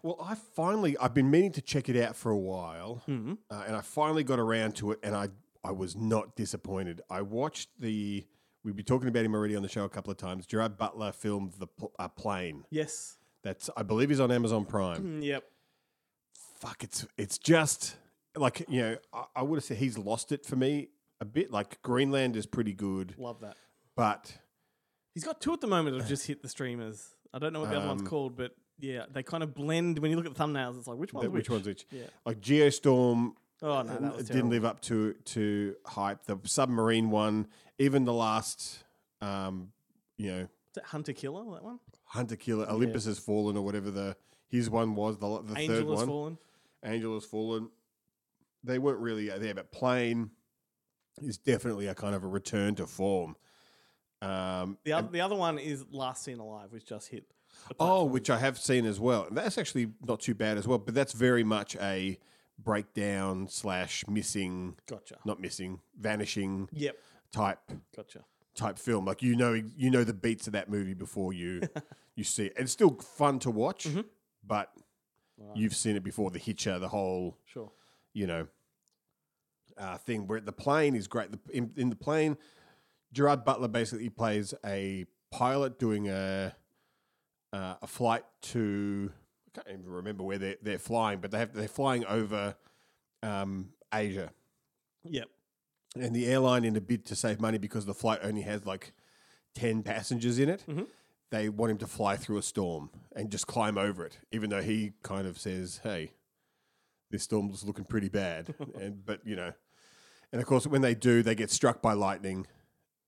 Speaker 6: Well, I finally I've been meaning to check it out for a while, uh, and I finally got around to it, and I I was not disappointed. I watched the we've been talking about him already on the show a couple of times. Gerard Butler filmed the pl- uh, plane.
Speaker 5: Yes.
Speaker 6: that's I believe he's on Amazon Prime.
Speaker 5: Mm, yep.
Speaker 6: fuck, it's it's just like you know, I, I would have said he's lost it for me a bit. Like Greenland is pretty good,
Speaker 5: Love that.
Speaker 6: but
Speaker 5: He's got two at the moment that have just hit the streamers. I don't know what the other one's
Speaker 6: Um,
Speaker 5: called, but yeah, they kind of blend. When you look at the thumbnails, it's like, which one's
Speaker 6: th- which
Speaker 5: which?
Speaker 6: one's which?
Speaker 5: Yeah.
Speaker 6: Like Geostorm
Speaker 5: Oh no, that
Speaker 6: N-
Speaker 5: was
Speaker 6: didn't
Speaker 5: terrible.
Speaker 6: live up to to hype. The submarine one, even the last, um, you know,
Speaker 5: Is it Hunter Killer, that one?
Speaker 6: Hunter Killer, Olympus has fallen, or whatever the his one was. The the
Speaker 5: Angel
Speaker 6: third
Speaker 5: Has
Speaker 6: one,
Speaker 5: Fallen.
Speaker 6: Angel has fallen. They weren't really there, but plane is definitely a kind of a return to form. Um,
Speaker 5: The other, the other one is Last Seen Alive, which just hit. the
Speaker 6: Oh, which I have seen as well. And That's actually not too bad as well, but that's very much a breakdown slash missing.
Speaker 5: Gotcha.
Speaker 6: Not missing, vanishing.
Speaker 5: Yep.
Speaker 6: Type.
Speaker 5: Gotcha.
Speaker 6: Type film, like you know, you know the beats of that movie before you you see it. It's still fun to watch, but you've seen it before. The Hitcher, the whole
Speaker 5: Sure.
Speaker 6: you know, uh, thing where the plane is great. The, in, in the plane, Gerard Butler basically plays a pilot doing a uh, a flight to I can't even remember where they're they're flying, but they have they're flying over um, Asia,
Speaker 5: Yep.
Speaker 6: and the airline, in a bid to save money because the flight only has like ten passengers in it.
Speaker 5: Mm-hmm.
Speaker 6: They want him to fly through a storm and just climb over it, even though he kind of says, "Hey, this storm's looking pretty
Speaker 5: <laughs>
Speaker 6: bad. and but you know, and of course when they do, they get struck by lightning,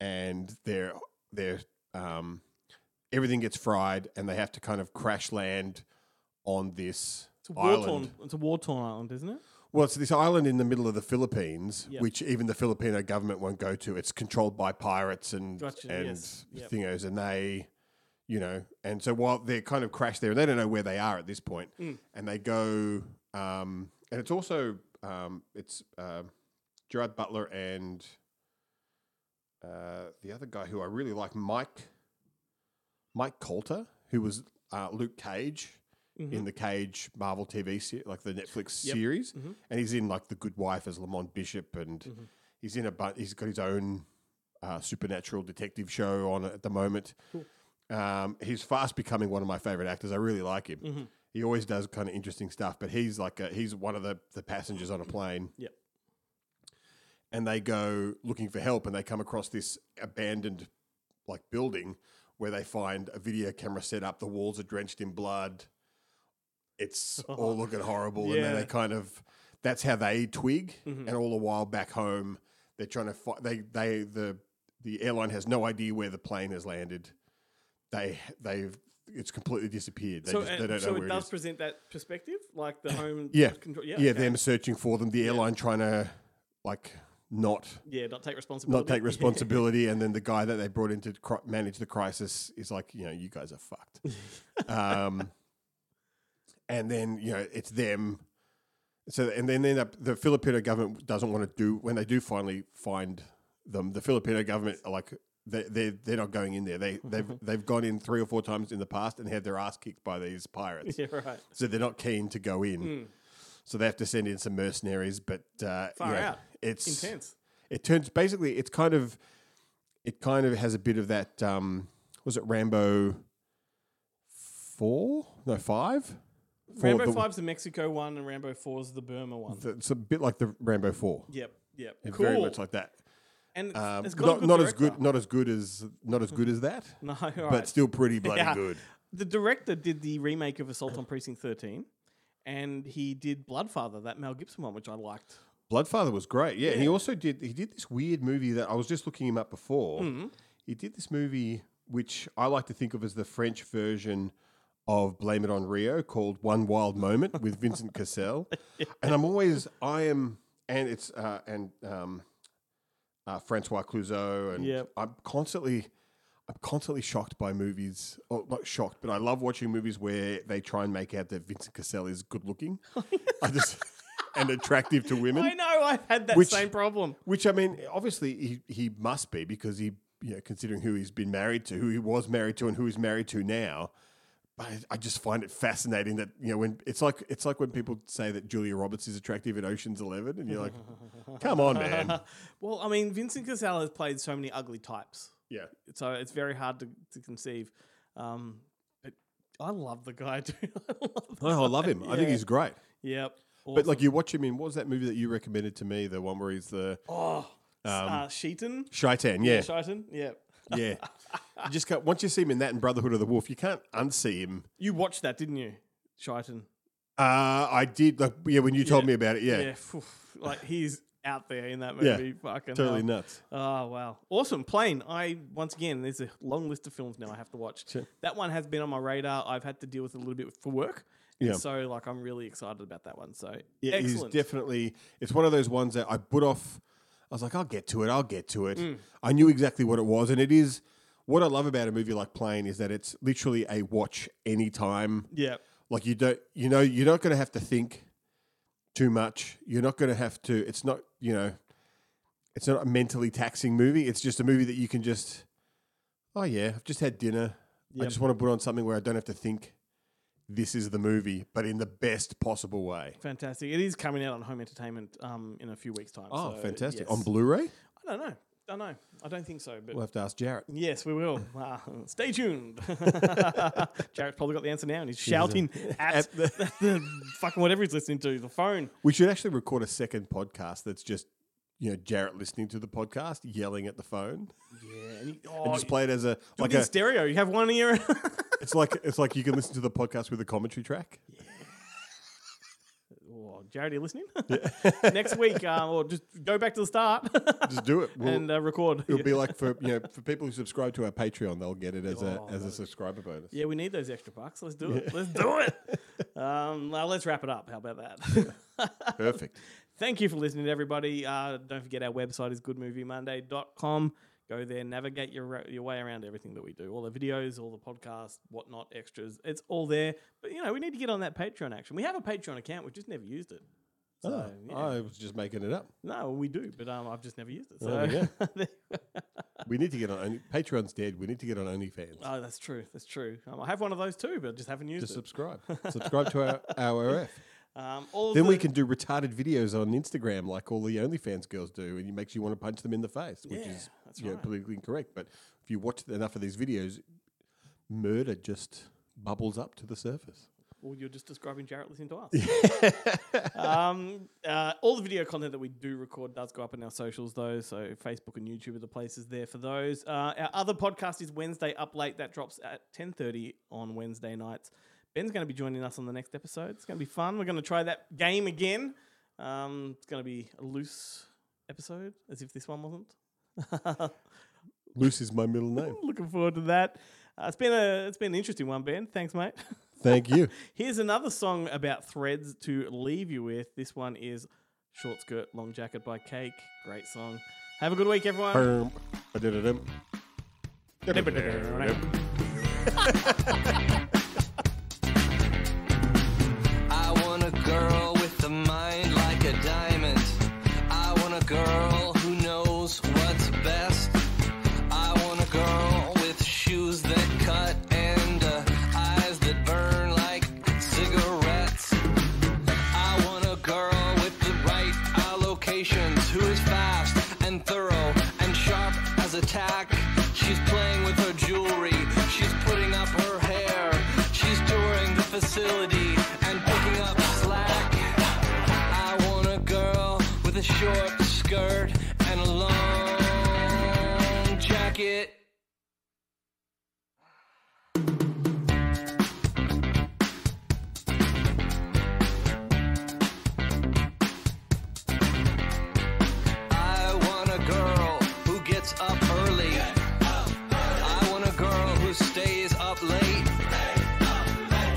Speaker 6: and their their um, everything gets fried, and they have to kind of crash land on this
Speaker 5: It's a war
Speaker 6: island.
Speaker 5: torn. It's a war torn island, isn't it?
Speaker 6: Well, it's this island in the middle of the Philippines,
Speaker 5: Yep.
Speaker 6: which even the Filipino government won't go to. It's controlled by pirates and
Speaker 5: Gotcha,
Speaker 6: and
Speaker 5: yes, yep.
Speaker 6: thingos, and they, you know, and so while they're kind of crashed there, and they don't know where they are at this point,
Speaker 5: Mm.
Speaker 6: and they go, um, and it's also um, it's uh, Gerard Butler and uh, the other guy who I really like, Mike Mike Coulter, who was uh, Luke Cage in
Speaker 5: Mhm.
Speaker 6: the Cage Marvel TV series, like the Netflix
Speaker 5: Yep.
Speaker 6: series,
Speaker 5: Mhm.
Speaker 6: and he's in like The Good Wife as Lamont Bishop, and he's in a but he's got his own uh, supernatural detective show on at the moment.
Speaker 5: Cool.
Speaker 6: Um, he's fast becoming one of my favorite actors. I really like him.
Speaker 5: Mhm.
Speaker 6: He always does kind of interesting stuff, but he's like a, he's one of the the passengers on a plane
Speaker 5: Yep.
Speaker 6: and they go looking for help and they come across this abandoned like building where they find a video camera set up the walls are drenched in blood it's
Speaker 5: <laughs>
Speaker 6: all looking horrible and then
Speaker 5: Oh. Yeah.
Speaker 6: they kind of that's how they twig
Speaker 5: Mhm.
Speaker 6: and all the while back home they're trying to find they they the the airline has no idea where the plane has landed they they've it's completely disappeared they,
Speaker 5: so
Speaker 6: just,
Speaker 5: uh,
Speaker 6: they don't
Speaker 5: so
Speaker 6: know
Speaker 5: it
Speaker 6: where
Speaker 5: does
Speaker 6: it is
Speaker 5: present that perspective, like
Speaker 6: <laughs>
Speaker 5: the home.
Speaker 6: yeah
Speaker 5: Control,
Speaker 6: yeah,
Speaker 5: yeah. okay.
Speaker 6: them searching for them the airline trying to like not
Speaker 5: <laughs> Yeah. Not take responsibility.
Speaker 6: not take responsibility, and then the guy that they brought in to cri- manage the crisis is like, you know, you guys
Speaker 5: <laughs>
Speaker 6: are fucked. um, and then you know it's them. So and then they end up the Filipino government doesn't want to do when they do finally find them. The Filipino government are like they they they're not going in there. They
Speaker 5: Mm-hmm.
Speaker 6: they've they've gone in three or four times in the past and had their ass kicked by these pirates.
Speaker 5: yeah. Right.
Speaker 6: So they're not keen to go in.
Speaker 5: Mm.
Speaker 6: So they have to send in some mercenaries, but uh,
Speaker 5: Far
Speaker 6: yeah,
Speaker 5: out.
Speaker 6: It's
Speaker 5: Intense.
Speaker 6: It turns basically. It's kind of. It kind of has a bit of that. Um, was it Rambo? Four? No, five. Four,
Speaker 5: Rambo
Speaker 6: the-
Speaker 5: Five's the Mexico one, and Rambo Four's the Burma one.
Speaker 6: the- it's a bit like the Rambo Four.
Speaker 5: yep. Yep.
Speaker 6: It's
Speaker 5: cool.
Speaker 6: Very much like that.
Speaker 5: And it's-
Speaker 6: Um,
Speaker 5: it's got a
Speaker 6: not
Speaker 5: good
Speaker 6: not as good.
Speaker 5: director.
Speaker 6: Not as good as not as good as that.
Speaker 5: <laughs> No, all
Speaker 6: but
Speaker 5: right.
Speaker 6: still pretty bloody
Speaker 5: Yeah.
Speaker 6: good.
Speaker 5: The director did the remake of Assault on Precinct 13, and he did Bloodfather, that Mel Gibson one, which I liked.
Speaker 6: Bloodfather was great. Yeah, and he also did he did this weird movie that I was just looking him up before.
Speaker 5: Hmm.
Speaker 6: He did this movie which I like to think of as the French version of Blame It on Rio called One Wild Moment
Speaker 5: <laughs>
Speaker 6: with Vincent Cassell. And I'm always I am and it's uh and um uh Francois Clouseau and
Speaker 5: Yep.
Speaker 6: I'm constantly I'm constantly shocked by movies, or not shocked, but I love watching movies where they try and make out that Vincent Cassell is
Speaker 5: <laughs>
Speaker 6: good looking. I just and attractive to women.
Speaker 5: I know, I've had that
Speaker 6: Which-
Speaker 5: same problem.
Speaker 6: Which I mean, obviously he, he must be because he, you know, considering who he's been married to, who he was married to, and who he's married to now. But I, I just find it fascinating that you know when it's like it's like when people say that Julia Roberts is attractive in Ocean's Eleven, and you're <laughs> like, come on, man.
Speaker 5: well, I mean, Vincent Cassell has played so many ugly types,
Speaker 6: Yeah,
Speaker 5: so it's very hard to, to conceive. Um, but I love the guy, <laughs> too. I love the
Speaker 6: oh, I love
Speaker 5: guy.
Speaker 6: him. I think
Speaker 5: Yeah.
Speaker 6: he's great.
Speaker 5: Yep.
Speaker 6: But like you watch him in what was that movie that you recommended to me? The one where he's the
Speaker 5: Oh, um,
Speaker 6: um,
Speaker 5: uh, Sheeton?
Speaker 6: Shaitan, yeah,
Speaker 5: Shaitan, yeah.
Speaker 6: yeah. you just can't, once you see him in that and Brotherhood of the Wolf, you can't unsee him.
Speaker 5: You watched that, didn't you? Shaitan.
Speaker 6: Uh, I did. Like, yeah, when you told me about it, yeah.
Speaker 5: phew, like he's out there in that
Speaker 6: Yeah,
Speaker 5: movie. Fucking
Speaker 6: totally
Speaker 5: hell.
Speaker 6: nuts.
Speaker 5: Oh wow, awesome. Plane. I once again, there's a long list of films now I have to watch. That one has been on my radar. I've had to deal with it a little bit for work. and
Speaker 6: Yeah.
Speaker 5: So like, I'm really excited about that one. So
Speaker 6: Yeah, he's
Speaker 5: excellent.
Speaker 6: definitely. It's one of those ones that I put off. I was like, I'll get to it. I'll get to it.
Speaker 5: Mm.
Speaker 6: I knew exactly what it was, and it is. What I love about a movie like Plane is that it's literally a watch anytime.
Speaker 5: Yeah.
Speaker 6: Like you don't, you know, you're not going to have to think too much. You're not going to have to. It's not, you know, it's not a mentally taxing movie. It's just a movie that you can just. Oh yeah, I've just had dinner. I
Speaker 5: Yep.
Speaker 6: just want to put on something where I don't have to think. This is the movie, but in the best possible way.
Speaker 5: Fantastic. It is coming out on home entertainment um, in a few weeks' time.
Speaker 6: Oh,
Speaker 5: so,
Speaker 6: fantastic!
Speaker 5: yes.
Speaker 6: On Blu-ray,
Speaker 5: I don't know. I don't know. I don't think so. But
Speaker 6: we'll have to ask Jarrett.
Speaker 5: Yes, we
Speaker 6: <laughs>
Speaker 5: will. Uh, stay tuned. <laughs> Jared's probably got the answer now, and he's shouting at, <laughs> the, fucking whatever he's listening to, the phone.
Speaker 6: We should actually record a second podcast that's just you know Jarrett listening to the podcast, yelling at the phone,
Speaker 5: Yeah, and, you,
Speaker 6: and
Speaker 5: oh,
Speaker 6: just play it as a
Speaker 5: do it
Speaker 6: like
Speaker 5: in
Speaker 6: a.
Speaker 5: stereo. You have one ear. <laughs>
Speaker 6: it's like it's like you can listen to the podcast with a commentary track.
Speaker 5: oh, Jared, are you listening? <laughs> Next week, uh, or just go back to the start. <laughs>
Speaker 6: Just do it. We'll-
Speaker 5: and uh, record.
Speaker 6: It'll be like for you know for people who subscribe to our Patreon, they'll get it as
Speaker 5: Oh,
Speaker 6: a as a
Speaker 5: those-
Speaker 6: subscriber bonus.
Speaker 5: Yeah, we need those extra bucks. Let's do
Speaker 6: Yeah.
Speaker 5: it. Let's do
Speaker 6: <laughs>
Speaker 5: it. Um, well, let's wrap it up. How about that? <laughs>
Speaker 6: Perfect.
Speaker 5: Thank you for listening, everybody. Uh, don't forget our website is goodmoviemonday.com. Go there, navigate your ra- your way around everything that we do, all the videos, all the podcasts, whatnot, extras. It's all there. But you know, we need to get on that Patreon action. We have a Patreon account, we've just never used it. So,
Speaker 6: Oh,
Speaker 5: yeah.
Speaker 6: I was just making it up.
Speaker 5: No, we do, but um, I've just never used it. So.
Speaker 6: Oh, yeah. we need to get on only, Patreon's dead. We need to get on OnlyFans.
Speaker 5: <laughs> Oh, that's true. That's true. Um, I have one of those too, but I just haven't used
Speaker 6: Just
Speaker 5: it.
Speaker 6: subscribe. subscribe to
Speaker 5: <laughs>
Speaker 6: our, our RF.
Speaker 5: Um, all
Speaker 6: then
Speaker 5: the-
Speaker 6: we can do retarded videos on Instagram like all the OnlyFans girls do, and it makes you want to punch them in the face, which
Speaker 5: Yeah,
Speaker 6: is
Speaker 5: that's
Speaker 6: you know,
Speaker 5: right.
Speaker 6: politically incorrect. But if you watch enough of these videos, murder just bubbles up to the surface.
Speaker 5: Well, you're just describing Jarrett listening to us. um, uh, all the video content that we do record does go up on our socials, though. So Facebook and YouTube are the places there for those. Uh, our other podcast is Wednesday Up Late. That drops at 10.30 on Wednesday nights. Ben's going to be joining us on the next episode. It's going to be fun. We're going to try that game again. Um, it's going to be a loose episode, as if this one wasn't. <laughs>
Speaker 6: Luce is my middle name.
Speaker 5: Looking forward to that. Uh, it's been a it's been an interesting one, Ben. Thanks, mate. <laughs>
Speaker 6: Thank you.
Speaker 5: Here's another song about threads to leave you with. This one is Short Skirt, Long Jacket by Cake. Great song. Have a good week, everyone.
Speaker 6: Boom. Ba-da-da-dum. Da-da-da-dum.
Speaker 10: I want a girl with a mind like a diamond. I want a girl who knows what's best. I want a girl with shoes that cut and uh, eyes that burn like cigarettes. I want a girl with the right allocations who is fast and thorough and sharp as a tack. She's playing with her jewelry, she's putting up her hair, she's touring the facility and picking up slack. I want a girl with a short skirt and a long jacket. I want a girl who gets up early. I want a girl who stays up late.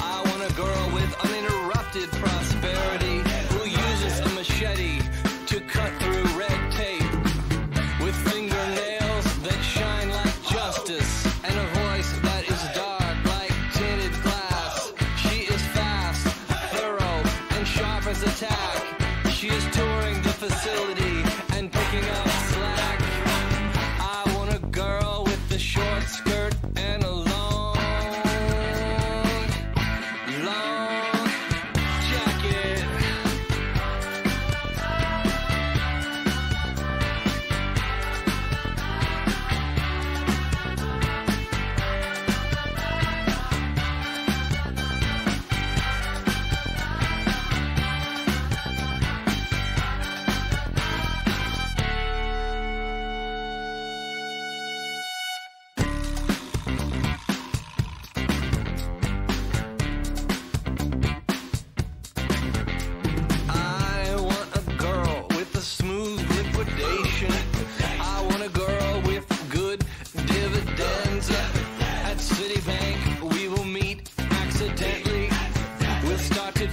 Speaker 10: I want a girl with uninterrupted prosperity who uses a machete to cut through red tape with fingernails that shine like justice and a voice that is dark like tinted glass. She is fast, thorough, and sharp as a tack. She is touring the facility and picking up slack. I want a girl with a short skirt and a long, long jacket.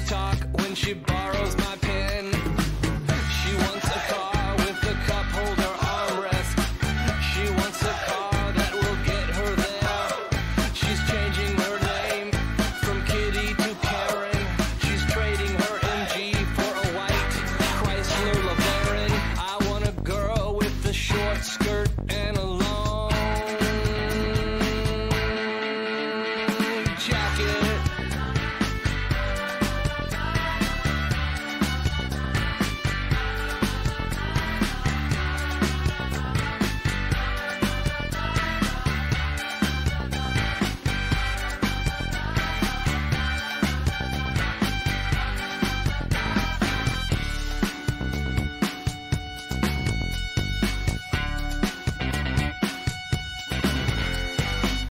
Speaker 10: everybody.